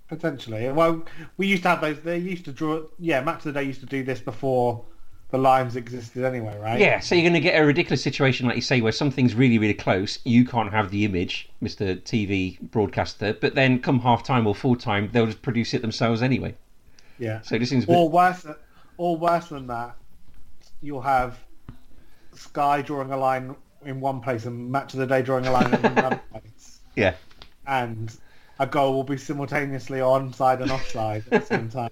[SPEAKER 3] Potentially. Well, we used to have those. They used to draw. Yeah, Match of the Day used to do this before the lines existed anyway, right?
[SPEAKER 1] Yeah, so you're going to get a ridiculous situation, like you say, where something's really, really close. You can't have the image, Mr. TV broadcaster, but then come half time or full time, they'll just produce it themselves anyway.
[SPEAKER 3] Yeah.
[SPEAKER 1] So it just seems a bit.
[SPEAKER 3] Or worse, or worse than that, you'll have Sky drawing a line in one place and Match of the Day drawing a line in another place,
[SPEAKER 1] yeah.
[SPEAKER 3] and a goal will be simultaneously onside and offside at the same time.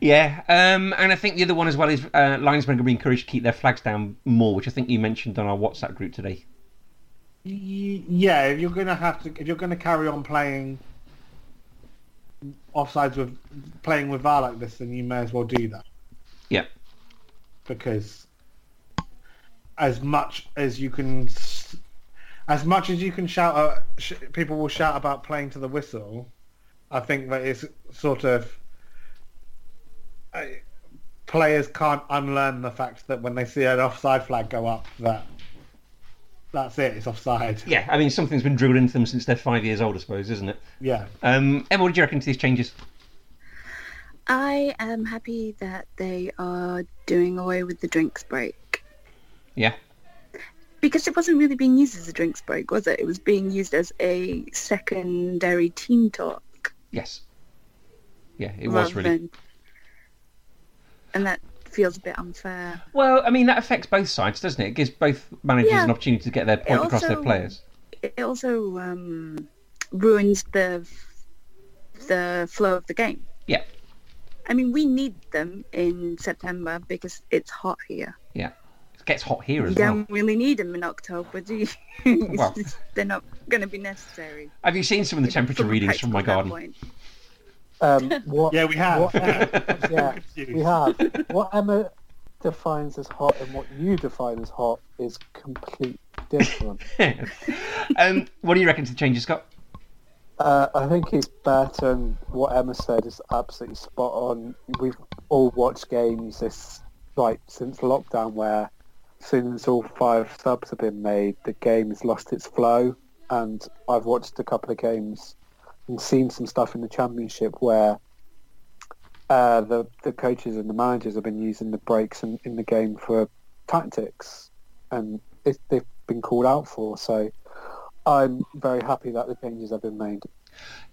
[SPEAKER 1] Yeah, um, and I think the other one as well is uh, linesmen are going to be encouraged to keep their flags down more, which I think you mentioned on our WhatsApp group today.
[SPEAKER 3] Y- yeah, if you're gonna have to, if you're gonna carry on playing offsides with playing with VAR like this, then you may as well do that
[SPEAKER 1] Yeah,
[SPEAKER 3] because as much as you can, s- as much as you can shout, at, sh- people will shout about playing to the whistle. I think that it's sort of uh, players can't unlearn the fact that when they see an offside flag go up, that that's it, it's offside.
[SPEAKER 1] yeah. I mean, something's been drilled into them since they're five years old, I suppose, isn't it?
[SPEAKER 3] Yeah.
[SPEAKER 1] Um, Emma, what do you reckon to these changes?
[SPEAKER 4] I am happy that they are doing away with the drinks break.
[SPEAKER 1] Yeah,
[SPEAKER 4] Because it wasn't really being used as a drinks break, was it? It was being used as a secondary team talk.
[SPEAKER 1] yes, yeah. It was
[SPEAKER 4] rather
[SPEAKER 1] really.
[SPEAKER 4] than- And that feels a bit unfair.
[SPEAKER 1] Well, I mean, that affects both sides, doesn't it? It gives both managers
[SPEAKER 4] Yeah.
[SPEAKER 1] an opportunity to get their point across to their
[SPEAKER 4] also-
[SPEAKER 1] players.
[SPEAKER 4] It also um, ruins the the flow of the game.
[SPEAKER 1] Yeah,
[SPEAKER 4] I mean, we need them in September because it's hot here.
[SPEAKER 1] yeah. It gets hot here as
[SPEAKER 4] You
[SPEAKER 1] well.
[SPEAKER 4] don't really need them in October, do you?
[SPEAKER 1] Well.
[SPEAKER 4] [LAUGHS] They're not going to be necessary.
[SPEAKER 1] Have you seen some of the temperature
[SPEAKER 4] from a
[SPEAKER 1] readings from my
[SPEAKER 4] practical
[SPEAKER 1] [LAUGHS] garden?
[SPEAKER 2] Um,
[SPEAKER 4] standpoint.
[SPEAKER 2] what,
[SPEAKER 3] Yeah, we have.
[SPEAKER 2] What,
[SPEAKER 3] [LAUGHS]
[SPEAKER 2] yeah,
[SPEAKER 3] confused.
[SPEAKER 2] we have. What Emma defines as hot and what you define as hot is completely different.
[SPEAKER 1] um, what do you reckon to the changes, Scott?
[SPEAKER 2] Uh, I think it's better, and what Emma said is absolutely spot on. We've all watched games this like since lockdown, where since all five subs have been made, the game has lost its flow. And I've watched a couple of games and seen some stuff in the championship where uh, the the coaches and the managers have been using the breaks in, in the game for tactics, and it, they've been called out for. So I'm very happy that the changes have been made.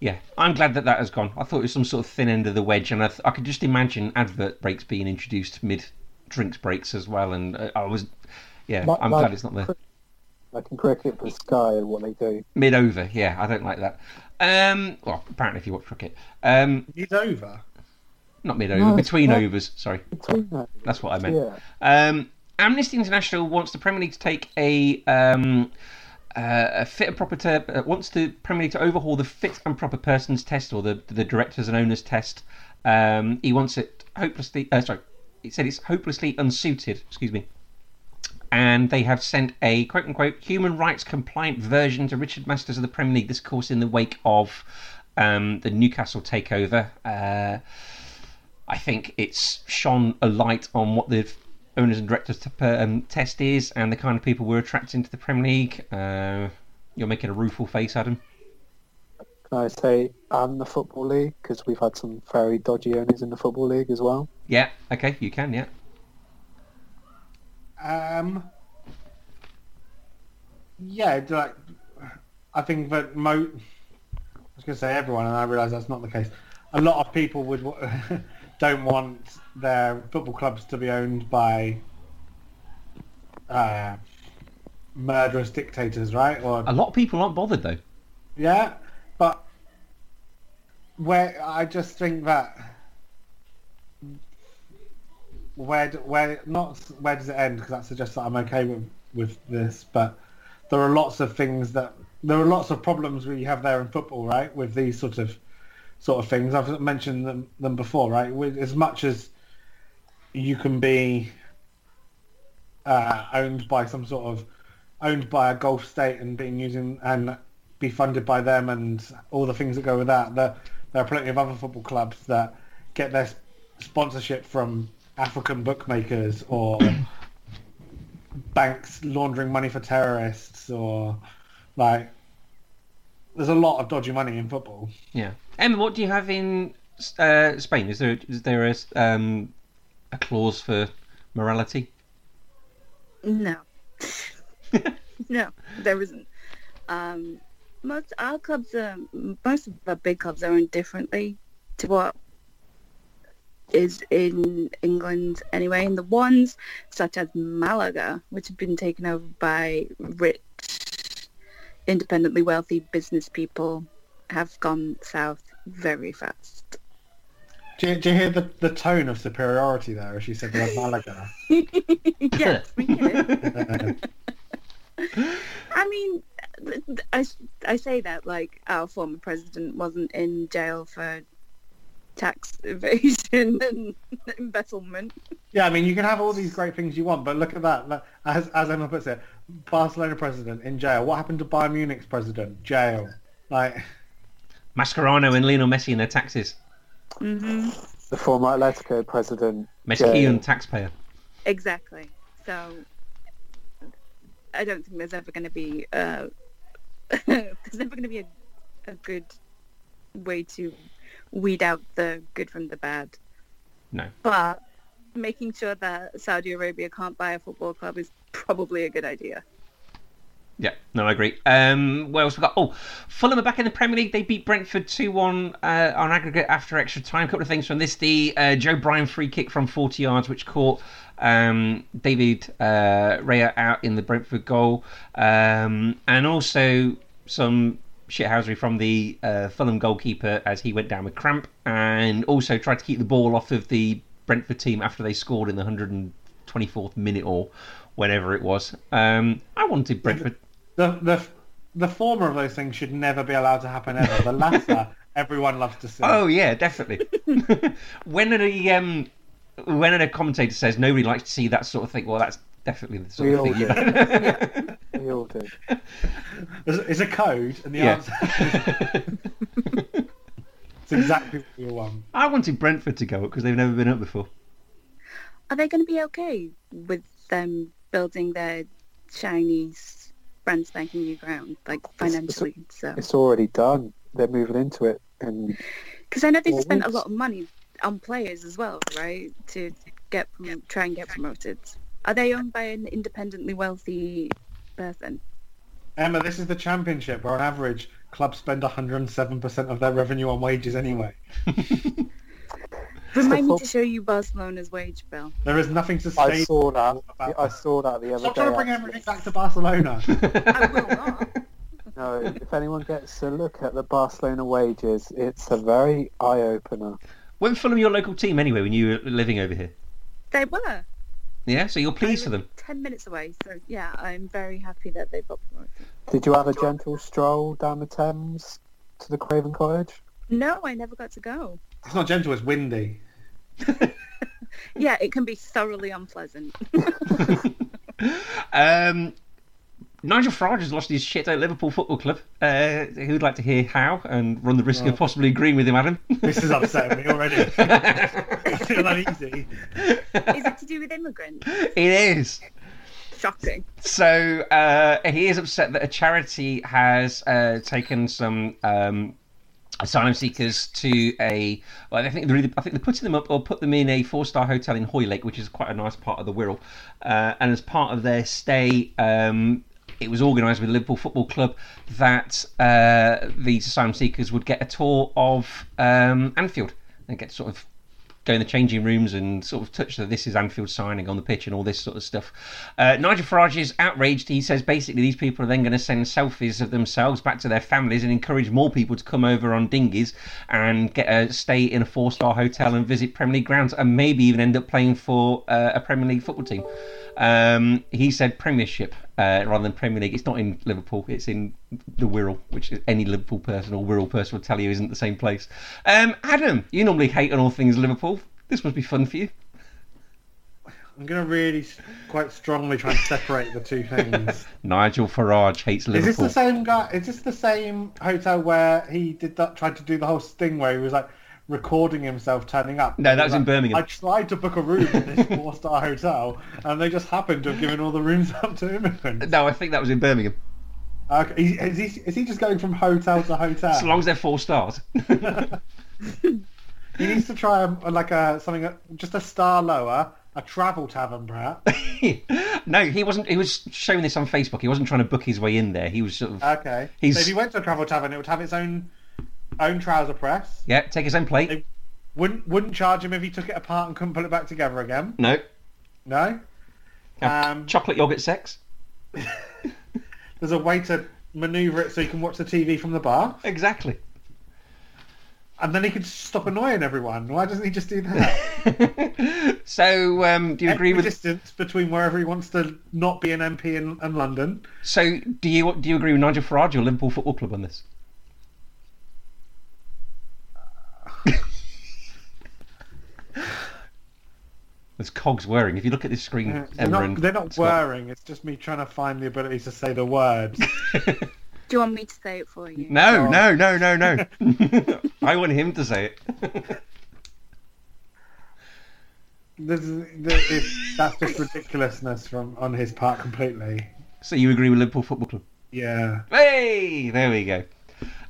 [SPEAKER 1] Yeah, I'm glad that that has gone. I thought it was some sort of thin end of the wedge, and I, th- I could just imagine advert breaks being introduced mid drinks breaks as well. And uh, I was, yeah,
[SPEAKER 2] Like-
[SPEAKER 1] I'm
[SPEAKER 2] like-
[SPEAKER 1] glad it's not there.
[SPEAKER 2] Like in cricket for Sky and what they do.
[SPEAKER 1] Mid over, yeah, I don't like that. Um, well, apparently if you watch cricket, um,
[SPEAKER 3] It's over.
[SPEAKER 1] not mid over,
[SPEAKER 2] No,
[SPEAKER 1] between
[SPEAKER 2] no.
[SPEAKER 1] overs. Sorry,
[SPEAKER 2] Between them,
[SPEAKER 1] that's what I meant.
[SPEAKER 2] yeah.
[SPEAKER 1] Um, Amnesty International wants the Premier League to take a um, uh, a fit and proper ter- uh, wants the Premier League to overhaul the fit and proper persons test or the the directors and owners test. Um, he wants it hopelessly. Uh, sorry, he said it's hopelessly unsuited. Excuse me. And they have sent a quote unquote human rights compliant version to Richard Masters of the Premier League. This of course in the wake of um, the Newcastle takeover. Uh, I think it's shone a light on what the owners and directors t- um, test is and the kind of people we're attracting to the Premier League. Uh, you're making a rueful face, Adam.
[SPEAKER 2] Can I say and the Football League? Because we've had some very dodgy owners in the Football League as well.
[SPEAKER 1] Yeah, okay, you can, yeah.
[SPEAKER 3] Um, yeah, d- like I think that mo. was going to say everyone, and I realise that's not the case. A lot of people would wa- [LAUGHS] don't want their football clubs to be owned by uh, murderous dictators, right? Or
[SPEAKER 1] A lot of people aren't bothered though.
[SPEAKER 3] yeah, but where I just think that where d- where not s- where does it end? Because that suggests that I'm okay with with this, but there are lots of things that there are lots of problems we have there in football, right? With these sort of sort of things, I've mentioned them, them before, right? With as much as you can be uh, owned by some sort of owned by a Gulf state and being using and be funded by them and all the things that go with that. There, there are plenty of other football clubs that get their s- sponsorship from African bookmakers or [COUGHS] banks laundering money for terrorists or like there's a lot of dodgy money in football.
[SPEAKER 1] Yeah. Emma, what do you have in uh, Spain? Is there is there a um, a clause for morality? [LAUGHS]
[SPEAKER 4] No. no, there isn't. Um, most our clubs are most of the big clubs are owned differently to what is in England anyway. And the ones such as Malaga, which have been taken over by rich, independently wealthy business people, have gone south very fast.
[SPEAKER 3] Do you, do you hear the, the tone of superiority there as she said the word Malaga?
[SPEAKER 4] yes, we did. I mean, th- th- I, s- I say that like our former president wasn't in jail for tax [LAUGHS] evasion and embezzlement.
[SPEAKER 3] Yeah, I mean, you can have all these great things you want, but look at that. Look, As, as Emma puts it, Barcelona president in jail. What happened to Bayern Munich's president? Jail. Like,
[SPEAKER 1] Mascherano and Lionel Messi and their taxes.
[SPEAKER 4] hmm
[SPEAKER 2] The former Atletico president.
[SPEAKER 1] Mesquite taxpayer.
[SPEAKER 4] Exactly. So I don't think there's ever going to be uh, [LAUGHS] there's never going to be a, a good way to weed out the good from the bad.
[SPEAKER 1] No.
[SPEAKER 4] But making sure that Saudi Arabia can't buy a football club is probably a good idea.
[SPEAKER 1] Yeah, no, I agree. Um, where else we got? Oh, Fulham are back in the Premier League. They beat Brentford 2 1 uh, on aggregate after extra time. couple of things from this. The uh, Joe Bryan free kick from 40 yards, which caught um, David uh, Raya out in the Brentford goal. Um, and also some shithousery from the uh, Fulham goalkeeper as he went down with cramp and also tried to keep the ball off of the Brentford team after they scored in the 124th minute or whenever it was. Um, I wanted Brentford.
[SPEAKER 3] the, the, the former of those things should never be allowed to happen ever. The latter,
[SPEAKER 2] [LAUGHS]
[SPEAKER 3] everyone loves to see.
[SPEAKER 1] Oh yeah, definitely. [LAUGHS] when a um, when a commentator says nobody likes to see that sort of thing, well, that's definitely the sort
[SPEAKER 2] We
[SPEAKER 1] of
[SPEAKER 2] all
[SPEAKER 1] thing. you
[SPEAKER 2] do.
[SPEAKER 1] know.
[SPEAKER 2] [LAUGHS] We all do.
[SPEAKER 3] It's, it's a code, and the
[SPEAKER 1] Yeah.
[SPEAKER 3] answer is exactly what you want.
[SPEAKER 1] [LAUGHS] I wanted Brentford to go up because they've never been up before.
[SPEAKER 4] Are they going to be okay with them building their shiny, brand spanking new ground, like financially? So,
[SPEAKER 2] It's already done. They're moving into it, and
[SPEAKER 4] because I know they've
[SPEAKER 2] Well,
[SPEAKER 4] spent a
[SPEAKER 2] what's-
[SPEAKER 4] lot of money on players as well, right? To get prom- try and get promoted. Are they owned by an independently wealthy person?
[SPEAKER 3] Emma, this is the championship where on average clubs spend 107% of their revenue on wages anyway.
[SPEAKER 4] Remind me to show you Barcelona's wage bill.
[SPEAKER 3] There is nothing sustainable.
[SPEAKER 2] I saw that.
[SPEAKER 3] about
[SPEAKER 2] I saw that the other
[SPEAKER 3] Stop
[SPEAKER 2] day.
[SPEAKER 3] trying to bring
[SPEAKER 2] actually.
[SPEAKER 3] everything back to Barcelona.
[SPEAKER 4] I will
[SPEAKER 1] [LAUGHS]
[SPEAKER 4] not.
[SPEAKER 2] No, if anyone gets a look at the Barcelona wages, it's a very eye opener.
[SPEAKER 1] Weren't Fulham your local team anyway when you were living over here?
[SPEAKER 4] They were.
[SPEAKER 1] Yeah, so you're pleased for them.
[SPEAKER 4] Ten minutes away, so yeah, I'm very happy that they got promoted.
[SPEAKER 2] Did you have a gentle stroll down the Thames to the Craven Cottage?
[SPEAKER 4] No, I never got to go.
[SPEAKER 3] It's not gentle, it's windy. [LAUGHS]
[SPEAKER 4] Yeah, it can be thoroughly unpleasant.
[SPEAKER 1] [LAUGHS] Um, Nigel Farage has lost his shit at Liverpool Football Club. Uh, who'd like to hear how and run the risk of possibly agreeing with him, Adam?
[SPEAKER 3] This is upsetting me already. [LAUGHS] It's not easy.
[SPEAKER 4] Is it to do with
[SPEAKER 1] [LAUGHS]
[SPEAKER 4] immigrants?
[SPEAKER 1] it is.
[SPEAKER 4] Shocking.
[SPEAKER 1] So uh, he is upset that a charity has uh, taken some um, asylum seekers to a. Well, I think they're either, I think they're putting them up or put them in a four-star hotel in Hoylake, which is quite a nice part of the Wirral. Uh, and as part of their stay, um, It was organised with Liverpool Football Club that uh, these asylum seekers would get a tour of um, Anfield and get to sort of go in the changing rooms and sort of touch that this is Anfield signing on the pitch and all this sort of stuff. Uh, Nigel Farage is outraged. He says basically these people are then going to send selfies of themselves back to their families and encourage more people to come over on dinghies and get a stay in a four star hotel and visit Premier League grounds and maybe even end up playing for uh, a Premier League football team. Um, he said Premiership uh, rather than Premier League. It's not in Liverpool. It's in the Wirral, which is any Liverpool person or Wirral person will tell you isn't the same place. Um, Adam, you normally hate on all things Liverpool. This must be fun for you.
[SPEAKER 3] I'm going to really s- quite strongly try and separate the
[SPEAKER 1] [LAUGHS]
[SPEAKER 3] two things.
[SPEAKER 1] Nigel Farage hates
[SPEAKER 3] Is
[SPEAKER 1] Liverpool.
[SPEAKER 3] this the same guy? Is this the same hotel where he did that? Tried to do the whole sting where he was like recording himself turning up.
[SPEAKER 1] No, that
[SPEAKER 3] He
[SPEAKER 1] was in
[SPEAKER 3] like,
[SPEAKER 1] Birmingham.
[SPEAKER 3] I tried to book a room at this four-star hotel, and they just happened to have given all the rooms up to [LAUGHS] immigrants.
[SPEAKER 1] No, I think that was in Birmingham.
[SPEAKER 3] Okay, he- is, he, is he just going from hotel to hotel?
[SPEAKER 1] As long as they're four
[SPEAKER 3] [LAUGHS]
[SPEAKER 1] stars.
[SPEAKER 3] He needs to try um, like a something uh, just a star lower, a travel tavern, perhaps.
[SPEAKER 1] [LAUGHS] no, he wasn't. He was showing this on Facebook. He wasn't trying to book his way in there. He was sort of
[SPEAKER 3] Okay.
[SPEAKER 1] He's-
[SPEAKER 3] So if he went to a travel tavern, it would have its own own trouser press.
[SPEAKER 1] yeah, take his own plate.
[SPEAKER 3] Wouldn't wouldn't charge him if he took it apart and couldn't put it back together again.
[SPEAKER 1] No,
[SPEAKER 3] No. Um,
[SPEAKER 1] chocolate yogurt sex.
[SPEAKER 3] there's a way to maneuver it so you can watch the TV from the bar,
[SPEAKER 1] Exactly. [LAUGHS]
[SPEAKER 3] and then he could stop annoying everyone. Why doesn't he just do that?
[SPEAKER 1] so, um, do [LAUGHS] you agree with?
[SPEAKER 3] distance between wherever he wants to not be an MP in, in London.
[SPEAKER 1] So, do you do you agree with Nigel Farage or Liverpool Football Club on this? [LAUGHS] There's cogs whirring. If you look at this screen,
[SPEAKER 3] They're
[SPEAKER 1] Emma,
[SPEAKER 3] not,
[SPEAKER 1] and
[SPEAKER 3] they're not
[SPEAKER 1] Scott.
[SPEAKER 3] whirring. It's just me trying to find the ability to say the words. [LAUGHS]
[SPEAKER 4] Do you want me to say it for you?
[SPEAKER 1] [LAUGHS]
[SPEAKER 3] Oh.
[SPEAKER 1] No, no, no, no,
[SPEAKER 3] [LAUGHS]
[SPEAKER 1] no. [LAUGHS] I want him to say it. [LAUGHS]
[SPEAKER 3] This is, this is, that's just ridiculousness from on his part completely.
[SPEAKER 1] so you agree with Liverpool Football Club?
[SPEAKER 3] Yeah.
[SPEAKER 1] Hey, there we go.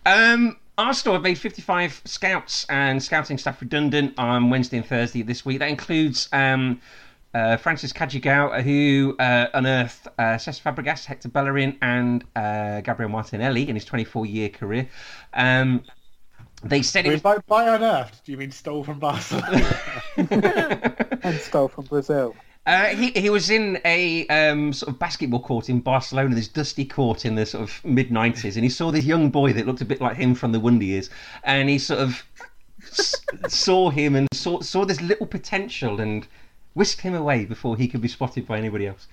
[SPEAKER 1] Um, Arsenal have made 55 scouts and scouting staff redundant on Wednesday and Thursday of this week. That includes um, uh, Francis Kajigao, who uh, unearthed uh, Cesc Fabregas, Hector Bellerin, and uh, Gabriel Martinelli in his 24-year career. Um, they said
[SPEAKER 3] I mean,
[SPEAKER 1] it
[SPEAKER 3] by, by unearthed, do you mean stole from Barcelona?
[SPEAKER 1] [LAUGHS] was...
[SPEAKER 2] And stole from Brazil.
[SPEAKER 1] Uh, he, he was in a um, sort of basketball court in Barcelona, this dusty court in the sort of mid 90s, and he saw this young boy that looked a bit like him from the Wonder Years, and he sort of s- saw him and saw, saw this little potential and whisked him away before he could be spotted by anybody else.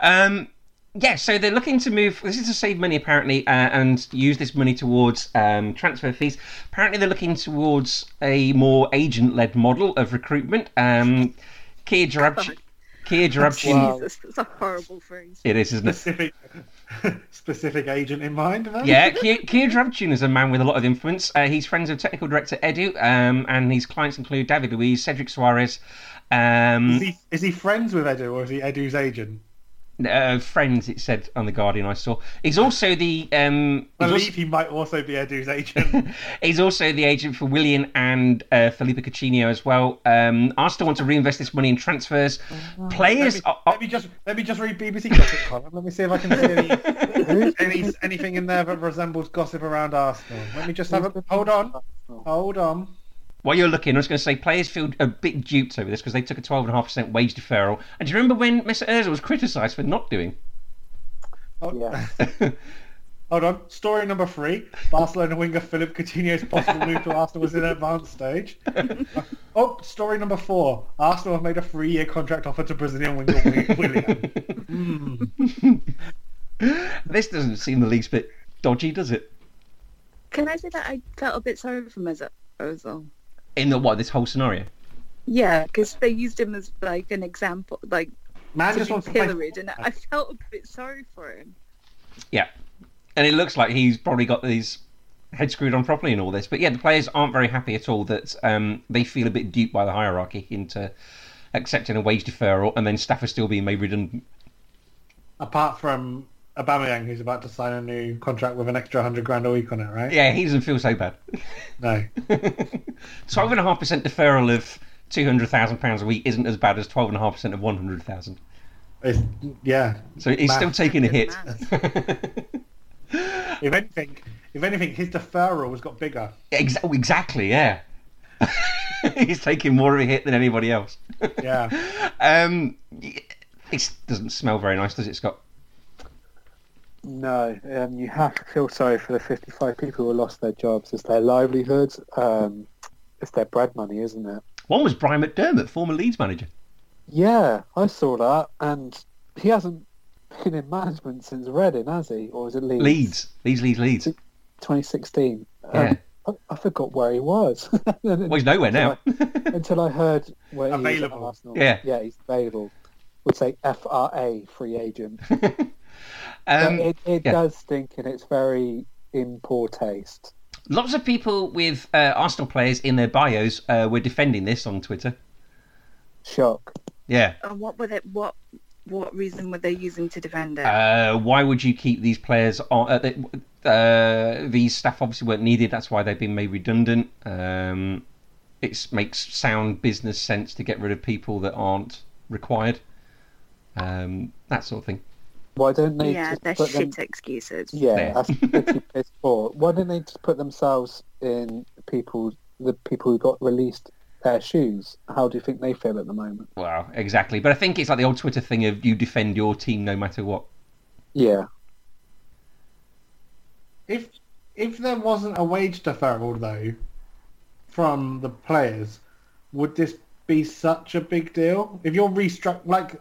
[SPEAKER 1] Um, yeah, so they're looking to move. This is to save money, apparently, uh, and use this money towards um, transfer fees. Apparently, they're looking towards a more agent-led model of recruitment. Um, Kia Jarabchi, Kia Jarabchi.
[SPEAKER 2] Wow.
[SPEAKER 4] Jesus, that's a horrible phrase.
[SPEAKER 1] It is, isn't it?
[SPEAKER 3] specific, [LAUGHS] specific agent in mind, then?
[SPEAKER 1] Yeah, Kia Kia Jarabchin is a man with a lot of influence. Uh, he's friends with technical director Edu, um, and his clients include David Luiz, Cedric Suarez, um,
[SPEAKER 3] Is he, is he friends with Edu or is he Edu's agent?
[SPEAKER 1] uh, friends. It said on the Guardian I saw. He's also the um,
[SPEAKER 3] I
[SPEAKER 1] he's also-
[SPEAKER 3] believe he might also be Edu's agent.
[SPEAKER 1] He's also [LAUGHS] the agent for Willian and uh, Felipe Coutinho as well. Um, Arsenal want to reinvest this money in transfers. Players,
[SPEAKER 3] let, me,
[SPEAKER 1] are-
[SPEAKER 3] let me just let me just read BBC gossip column. Let me see if I can
[SPEAKER 1] [LAUGHS]
[SPEAKER 3] see any, any anything in there that resembles gossip around Arsenal. Let me just have a hold on, hold on.
[SPEAKER 1] while you're looking, I was going to say players feel a bit duped over this because they took a 12.5% wage deferral. And do you remember when Mesut Ozil was criticised for not
[SPEAKER 3] [LAUGHS]
[SPEAKER 1] doing?
[SPEAKER 3] Hold,
[SPEAKER 2] Yeah.
[SPEAKER 3] hold on. Story number three: Barcelona winger Philip Coutinho's possible move to Arsenal was in advanced stage. oh, story number four: Arsenal have made a three-year contract offer to Brazilian winger
[SPEAKER 1] [LAUGHS]
[SPEAKER 3] Wi- Willian.
[SPEAKER 1] This doesn't seem the least bit dodgy, does it?
[SPEAKER 4] Can I say that I felt a bit sorry for Mesut Ozil?
[SPEAKER 1] In the what? This whole scenario.
[SPEAKER 4] Yeah, because they used him as like an example, like
[SPEAKER 3] Man
[SPEAKER 4] to
[SPEAKER 3] just wants
[SPEAKER 4] be
[SPEAKER 3] to play
[SPEAKER 4] pilloried, and I felt a bit sorry for him.
[SPEAKER 1] Yeah. And it looks like he's probably got these head screwed on properly in all this. But yeah, the players aren't very happy at all that um, they feel a bit duped by the hierarchy into accepting a wage deferral and then staff are still being made redundant.
[SPEAKER 3] apart from Aubameyang, who's about to sign a new contract with an extra hundred grand a week on it, right?
[SPEAKER 1] Yeah, he doesn't feel so bad. [LAUGHS]
[SPEAKER 3] No.
[SPEAKER 1] 12.5% deferral of £200,000 a week isn't as bad as 12.5% of 100000
[SPEAKER 3] It's, yeah.
[SPEAKER 1] So he's still
[SPEAKER 3] Matt.
[SPEAKER 1] taking a
[SPEAKER 4] Good
[SPEAKER 1] hit. [LAUGHS]
[SPEAKER 3] If anything, if anything, his deferral has got bigger.
[SPEAKER 1] Ex- oh, exactly, yeah. [LAUGHS] he's taking more of a hit than anybody else. [LAUGHS]
[SPEAKER 3] Yeah.
[SPEAKER 1] Um, it doesn't smell very nice, does it, Scott?
[SPEAKER 2] No, um, you have to feel sorry for the 55 people who lost their jobs. It's their livelihoods. Um, it's their bread money, isn't it?
[SPEAKER 1] One was Brian McDermott, former Leeds manager.
[SPEAKER 2] Yeah, I saw that, and he hasn't been in management since Reading, has he? Or is it Leeds?
[SPEAKER 1] Leeds, Leeds, Leeds, Leeds.
[SPEAKER 2] 2016.
[SPEAKER 1] Yeah.
[SPEAKER 2] Um, I, I forgot where he was. [LAUGHS]
[SPEAKER 1] Well, he's nowhere now.
[SPEAKER 2] until I heard where he is at
[SPEAKER 3] Available.
[SPEAKER 2] Arsenal.
[SPEAKER 1] Yeah.
[SPEAKER 2] yeah, he's available. Would say FRA free agent.
[SPEAKER 1] [LAUGHS] um,
[SPEAKER 2] it it
[SPEAKER 1] yeah.
[SPEAKER 2] does stink, and it's very in poor taste.
[SPEAKER 1] Lots of people with uh, Arsenal players in their bios uh, were defending this on Twitter.
[SPEAKER 2] Shock.
[SPEAKER 1] Yeah.
[SPEAKER 4] And what were they? What what reason were they using to defend it?
[SPEAKER 1] Uh, why would you keep these players on? Uh, they, uh, these staff obviously weren't needed. That's why they've been made redundant. Um, it makes sound business sense to get rid of people that aren't required. Um, that sort of thing.
[SPEAKER 2] Why don't they?
[SPEAKER 4] yeah,
[SPEAKER 2] just
[SPEAKER 4] they're
[SPEAKER 2] put them...
[SPEAKER 4] shit excuses.
[SPEAKER 1] There.
[SPEAKER 2] Yeah, that's pretty piss poor. Why didn't they just put themselves in people, the people who got released their shoes? How do you think they feel at the moment?
[SPEAKER 1] Well, exactly. But I think it's like the old Twitter thing of you defend your team no matter what.
[SPEAKER 2] Yeah,
[SPEAKER 3] If if there wasn't a wage deferral though, from the players, would this be such a big deal? If you're restruct like,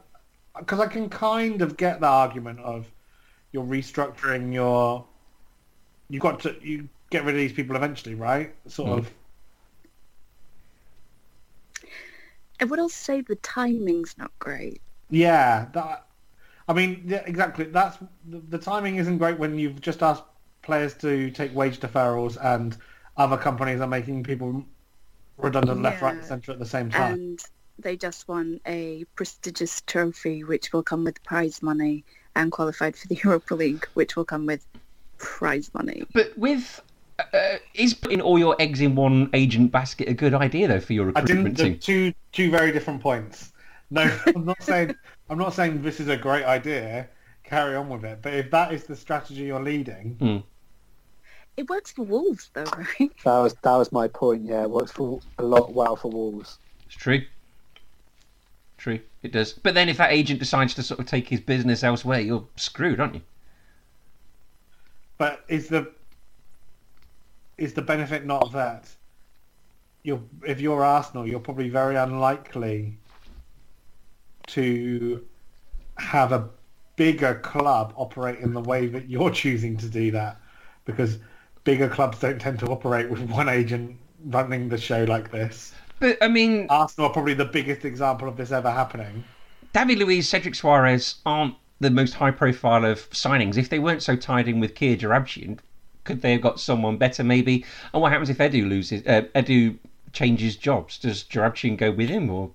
[SPEAKER 3] because I can kind of get the argument of you're restructuring your, you've got to you get rid of these people eventually, right? Sort
[SPEAKER 1] Mm.
[SPEAKER 3] of.
[SPEAKER 4] I would also say the timing's not great.
[SPEAKER 3] Yeah, that. I mean, yeah, exactly. That's the, the timing isn't great when you've just asked players to take wage deferrals and other companies are making people redundant left, right, and
[SPEAKER 4] Yeah.
[SPEAKER 3] centre at the same time.
[SPEAKER 4] and they just won a prestigious trophy which will come with prize money and qualified for the [LAUGHS] Europa League which will come with prize money.
[SPEAKER 1] But with uh, is putting all your eggs in one agent basket a good idea though for your
[SPEAKER 3] I didn't.
[SPEAKER 1] recruitment
[SPEAKER 3] They're
[SPEAKER 1] team?
[SPEAKER 3] two two very different points.
[SPEAKER 4] [LAUGHS]
[SPEAKER 3] No, I'm not saying I'm not saying this is a great idea. Carry on with it. But if that is the strategy you're leading,
[SPEAKER 4] It works for Wolves though, [LAUGHS] right?
[SPEAKER 2] that was that was my point. Yeah, it works for a lot well for Wolves.
[SPEAKER 1] It's true. True, it does. But then if that agent decides to sort of take his business elsewhere, you're screwed, aren't you?
[SPEAKER 3] but is the is the benefit not that you're if you're Arsenal, you're probably very unlikely to have a bigger club operate in the way that you're choosing to do that because bigger clubs don't tend to operate with one agent running the show like this.
[SPEAKER 1] But I mean,
[SPEAKER 3] Arsenal are probably the biggest example of this ever happening.
[SPEAKER 1] David Luiz, Cedric Suarez aren't the most high profile of signings. If they weren't so tied in with Kier Jarabshian, could they have got someone better maybe? And what happens if Edu loses? Uh, Edu changes jobs. Does Jarabshian go with him? Or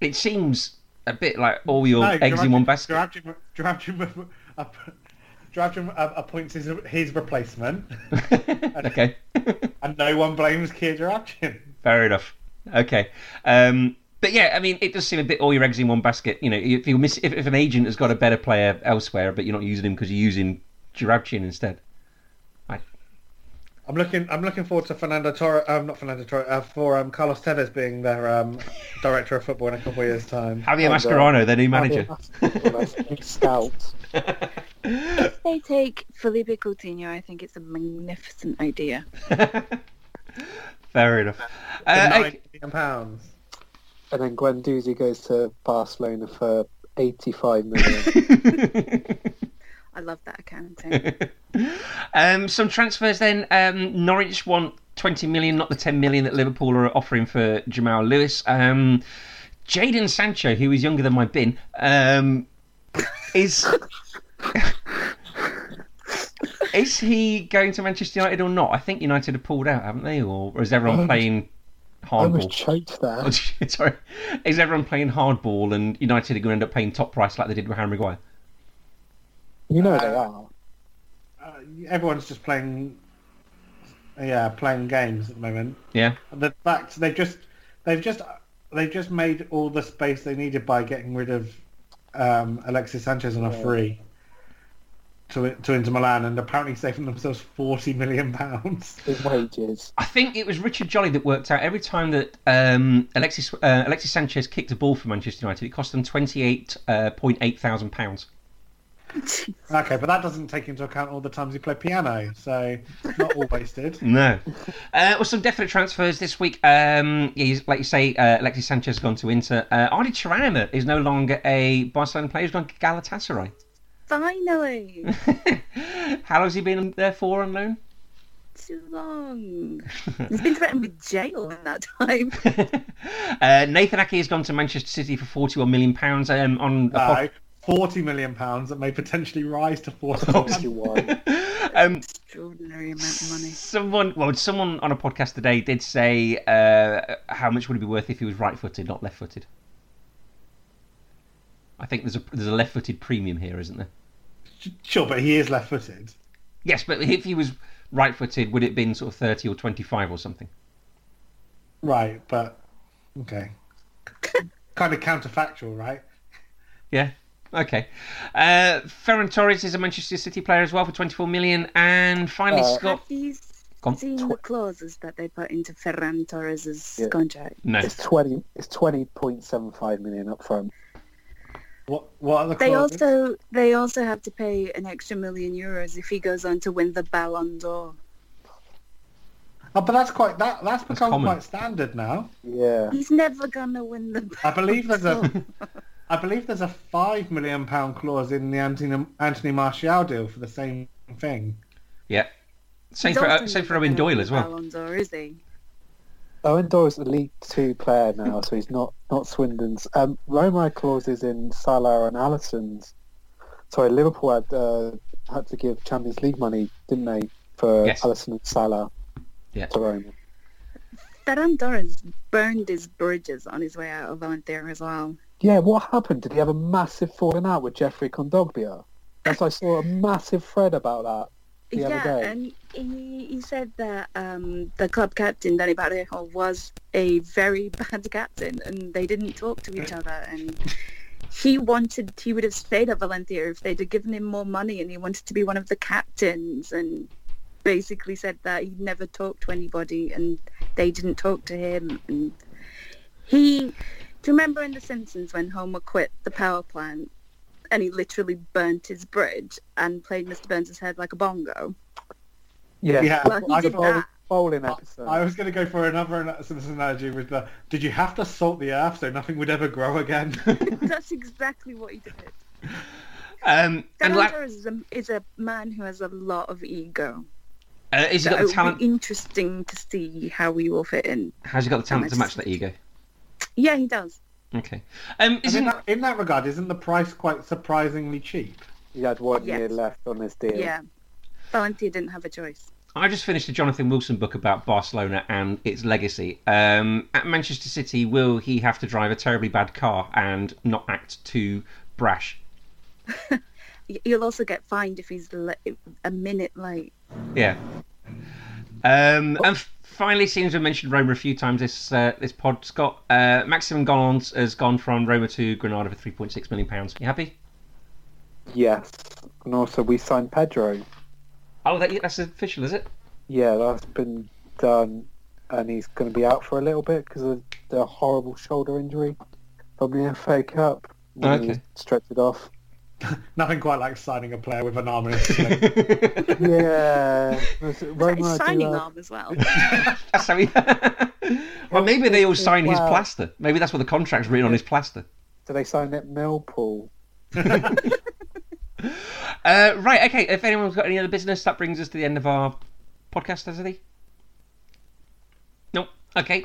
[SPEAKER 1] it seems a bit like all your eggs in one basket.
[SPEAKER 3] Drafting, drafting, drafting appoints his, his replacement,
[SPEAKER 1] [LAUGHS] okay,
[SPEAKER 3] and no one blames Kira Drafting.
[SPEAKER 1] fair enough. Okay, um, but yeah, I mean, it does seem a bit all your eggs in one basket. You know, if you miss, if, if an agent has got a better player elsewhere, but you're not using him because you're using Jarabshian instead.
[SPEAKER 3] I'm looking. I'm looking forward to Fernando Torres. Um, not Fernando Torres. Uh, for um, Carlos Tevez being their um, director of football in a couple of years' time.
[SPEAKER 1] Javier
[SPEAKER 2] Oh,
[SPEAKER 1] Mascherano, their new manager.
[SPEAKER 2] Scout.
[SPEAKER 4] If they take Felipe Coutinho, I think it's a magnificent idea.
[SPEAKER 1] [LAUGHS] Fair enough.
[SPEAKER 3] For
[SPEAKER 1] Uh,
[SPEAKER 3] nine
[SPEAKER 1] okay.
[SPEAKER 3] million pounds.
[SPEAKER 2] And then Guendouzi goes to Barcelona for
[SPEAKER 1] [LAUGHS]
[SPEAKER 2] 85 million.
[SPEAKER 4] I love that accounting.
[SPEAKER 1] [LAUGHS] um, some transfers then. Um, Norwich want 20 million, not the 10 million that Liverpool are offering for Jamal Lewis. Um, Jaden Sancho, who is younger than my bin, um, is. [LAUGHS] Is he going to Manchester United or not? I think United have pulled out, haven't they? Or is everyone playing
[SPEAKER 2] I was
[SPEAKER 1] hardball?
[SPEAKER 2] choked there.
[SPEAKER 1] Oh, [LAUGHS] Sorry, is everyone playing hardball and United are going to end up paying top price like they did with Harry Maguire?
[SPEAKER 2] You know they are.
[SPEAKER 3] Uh, everyone's just playing. Yeah, playing games at the moment.
[SPEAKER 1] Yeah,
[SPEAKER 3] the fact they've just they've just they've just made all the space they needed by getting rid of um, Alexis Sanchez on a free to to Inter Milan, and apparently saving themselves forty million pounds.
[SPEAKER 2] His wages.
[SPEAKER 1] I think it was Richard Jolly that worked out every time that um, Alexis uh, Alexis Sanchez kicked a ball for Manchester United, it cost them twenty eight point eight thousand pounds.
[SPEAKER 4] [LAUGHS]
[SPEAKER 3] Okay, but that doesn't take into account all the times he played piano, so
[SPEAKER 1] [LAUGHS]
[SPEAKER 3] it's not all wasted.
[SPEAKER 1] No. Uh, well, some definite transfers this week. Um, yeah, he's- like you say, uh, Alexis Sanchez has gone to Inter. Uh, Ardi Turanima is no longer a Barcelona player; he's gone to Galatasaray. [LAUGHS]
[SPEAKER 4] Finally,
[SPEAKER 1] How long has he been there for on loan? [LAUGHS]
[SPEAKER 4] too long. He's been threatened with jail in that time.
[SPEAKER 1] uh, Nathan Ake has gone to Manchester City for forty-one million pounds um, on. a
[SPEAKER 3] No, Uh, forty million pounds that may potentially rise
[SPEAKER 1] [LAUGHS]
[SPEAKER 3] to forty. million.
[SPEAKER 2] You won.
[SPEAKER 1] [LAUGHS] um,
[SPEAKER 4] Extraordinary amount of money.
[SPEAKER 1] someone, well, someone on a podcast today did say uh, how much would it be worth if he was right-footed, not left-footed. I think there's a there's a left-footed premium here, isn't there?
[SPEAKER 3] Sure, but he is left-footed.
[SPEAKER 1] Yes, but if he was right-footed, would it have been sort of thirty or twenty-five or something?
[SPEAKER 3] Right, but okay. kind of counterfactual, right?
[SPEAKER 1] Yeah. Okay. Uh, Ferran Torres is a Manchester City player as well for 24 million. And finally,
[SPEAKER 2] Uh,
[SPEAKER 1] Scott.
[SPEAKER 4] Have you
[SPEAKER 1] Go on.
[SPEAKER 4] seen the clauses that they put into Ferran Torres's
[SPEAKER 2] Yeah.
[SPEAKER 4] contract?
[SPEAKER 1] No.
[SPEAKER 2] It's twenty. It's twenty point seven five million up front.
[SPEAKER 3] What what are the
[SPEAKER 4] They
[SPEAKER 3] clauses?
[SPEAKER 4] also they also have to pay an extra million euros if he goes on to win the Ballon d'Or.
[SPEAKER 3] Oh, but that's quite that that's become
[SPEAKER 1] common.
[SPEAKER 3] quite standard now.
[SPEAKER 2] Yeah.
[SPEAKER 4] He's never gonna win the.
[SPEAKER 3] I believe there's
[SPEAKER 4] Ballon
[SPEAKER 3] a I believe there's a five million pound clause in the Anthony Anthony Martial deal for the same thing.
[SPEAKER 1] Yeah. [LAUGHS] Same
[SPEAKER 4] He's
[SPEAKER 1] for, uh,
[SPEAKER 4] also
[SPEAKER 1] same for
[SPEAKER 4] never
[SPEAKER 1] Owen
[SPEAKER 4] gonna win
[SPEAKER 1] Doyle as
[SPEAKER 4] the
[SPEAKER 1] well.
[SPEAKER 4] Ballon d'Or, is he?
[SPEAKER 2] Owen Doyle's a League Two player now, so he's not not Swindon's. Um, Romo clauses in Salah and Allison's. Sorry, Liverpool had uh, had to give Champions League money, didn't they, for
[SPEAKER 1] Yes.
[SPEAKER 2] Allison and Salah
[SPEAKER 1] Yeah.
[SPEAKER 2] to Roma?
[SPEAKER 4] Ferran Torres burned his bridges on his way out of Valencia as well.
[SPEAKER 2] Yeah, what happened? Did he have a massive falling out with Jeffrey Condogbia? That's I saw a massive thread about that. the other
[SPEAKER 4] yeah,
[SPEAKER 2] day.
[SPEAKER 4] and he, he said that um, the club captain Danny Barrejo was a very [LAUGHS] bad captain, and they didn't talk to each other. And he wanted he would have stayed at Valencia if they'd have given him more money, and he wanted to be one of the captains. And basically said that he never talked to anybody, and they didn't talk to him. And he, do you remember in The Simpsons when Homer quit the power plant? And he literally burnt his bridge and played Mr. Burns' head like a bongo.
[SPEAKER 2] Yeah,
[SPEAKER 3] Yeah,
[SPEAKER 4] Well, he
[SPEAKER 3] I,
[SPEAKER 4] did
[SPEAKER 3] thought-
[SPEAKER 4] that.
[SPEAKER 2] bowling episode.
[SPEAKER 3] I was going to go for another ana- Simpsons analogy with the did you have to salt the earth so nothing would ever grow again? [LAUGHS]
[SPEAKER 1] Hmm.
[SPEAKER 4] That's exactly what he did.
[SPEAKER 1] Um, and
[SPEAKER 4] Fernando
[SPEAKER 1] la-
[SPEAKER 4] is, a, is a man who has a lot of ego.
[SPEAKER 1] uh, has he
[SPEAKER 4] So
[SPEAKER 1] got the
[SPEAKER 4] it will
[SPEAKER 1] talent?
[SPEAKER 4] be interesting to see how he will fit in.
[SPEAKER 1] Has he got the talent to match that ego?
[SPEAKER 4] Yeah, he does.
[SPEAKER 1] Okay. Um,
[SPEAKER 3] And in,
[SPEAKER 1] isn't
[SPEAKER 3] that, in that regard, isn't the price quite surprisingly cheap?
[SPEAKER 2] he had one
[SPEAKER 4] Yes.
[SPEAKER 2] year left on this deal.
[SPEAKER 4] Yeah. Valencia didn't have a choice.
[SPEAKER 1] I just finished a Jonathan Wilson book about Barcelona and its legacy. Um, at Manchester City, will he have to drive a terribly bad car and not act too brash?
[SPEAKER 4] Y- You'll also get fined if he's le- a minute late.
[SPEAKER 1] Yeah. Um, And f- finally, seems we mentioned Roma a few times this uh, this pod. Scott uh, Maximum Gollons has gone from Roma to Granada for three point six million pounds. You happy?
[SPEAKER 2] Yes. And also we signed Pedro.
[SPEAKER 1] Oh, that, that's official, is it?
[SPEAKER 2] Yeah, that's been done, and he's going to be out for a little bit because of the horrible shoulder injury from the FA Cup. And then he
[SPEAKER 1] Okay.
[SPEAKER 2] stretched it off.
[SPEAKER 3] Nothing quite like signing a player with an arm in [LAUGHS] his sleeve.
[SPEAKER 2] Yeah, Was it
[SPEAKER 1] Oh
[SPEAKER 2] Roma
[SPEAKER 4] Is that his
[SPEAKER 2] do
[SPEAKER 4] signing
[SPEAKER 2] that?
[SPEAKER 4] arm
[SPEAKER 1] [LAUGHS]
[SPEAKER 4] as well.
[SPEAKER 1] that's how he. [LAUGHS] well, maybe they all sign his
[SPEAKER 2] Wow.
[SPEAKER 1] plaster. Maybe that's what the contract's written on his plaster.
[SPEAKER 2] So they signed at Millpool.
[SPEAKER 1] Uh, right, okay. If anyone's got any other business, that brings us to the end of our podcast, hasn't he? No. Okay.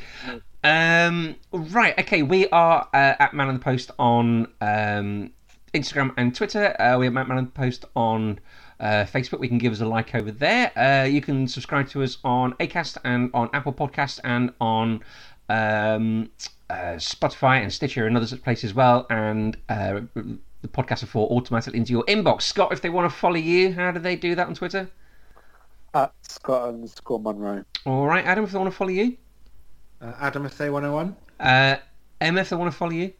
[SPEAKER 1] Um, right, okay. We are uh, at Man on the Post on um, Instagram and Twitter. Uh, we have Man on the Post on uh, Facebook. We can give us a like over there. Uh, you can subscribe to us on Acast and on Apple Podcast and on um, uh, Spotify and Stitcher and other such places as well. And uh, the podcast before automatically into your inbox. Scott, if they want to follow you, how do they do that on Twitter?
[SPEAKER 2] At Scott underscore Monroe.
[SPEAKER 1] All right, Adam, if they want to follow you,
[SPEAKER 3] uh, Adam SA101.
[SPEAKER 1] uh, Emma, if they want to follow you.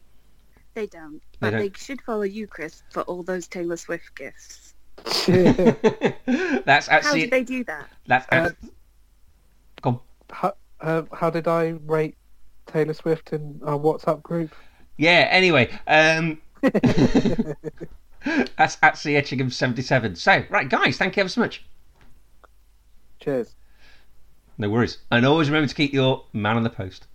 [SPEAKER 4] They don't. But they,
[SPEAKER 1] don't.
[SPEAKER 4] should follow you, Chris, for all those Taylor Swift gifts.
[SPEAKER 1] [LAUGHS] that's
[SPEAKER 4] How
[SPEAKER 1] actually
[SPEAKER 4] did they do that?
[SPEAKER 1] that's
[SPEAKER 2] Uh,
[SPEAKER 1] act- Go on.
[SPEAKER 2] How, uh, how did I rate Taylor Swift in our WhatsApp group?
[SPEAKER 1] Yeah, anyway,
[SPEAKER 4] [LAUGHS]
[SPEAKER 1] um, [LAUGHS] that's actually Etchingham 77. So, right, guys, thank you ever so much.
[SPEAKER 2] Cheers.
[SPEAKER 1] No worries. And always remember to keep your man on the post.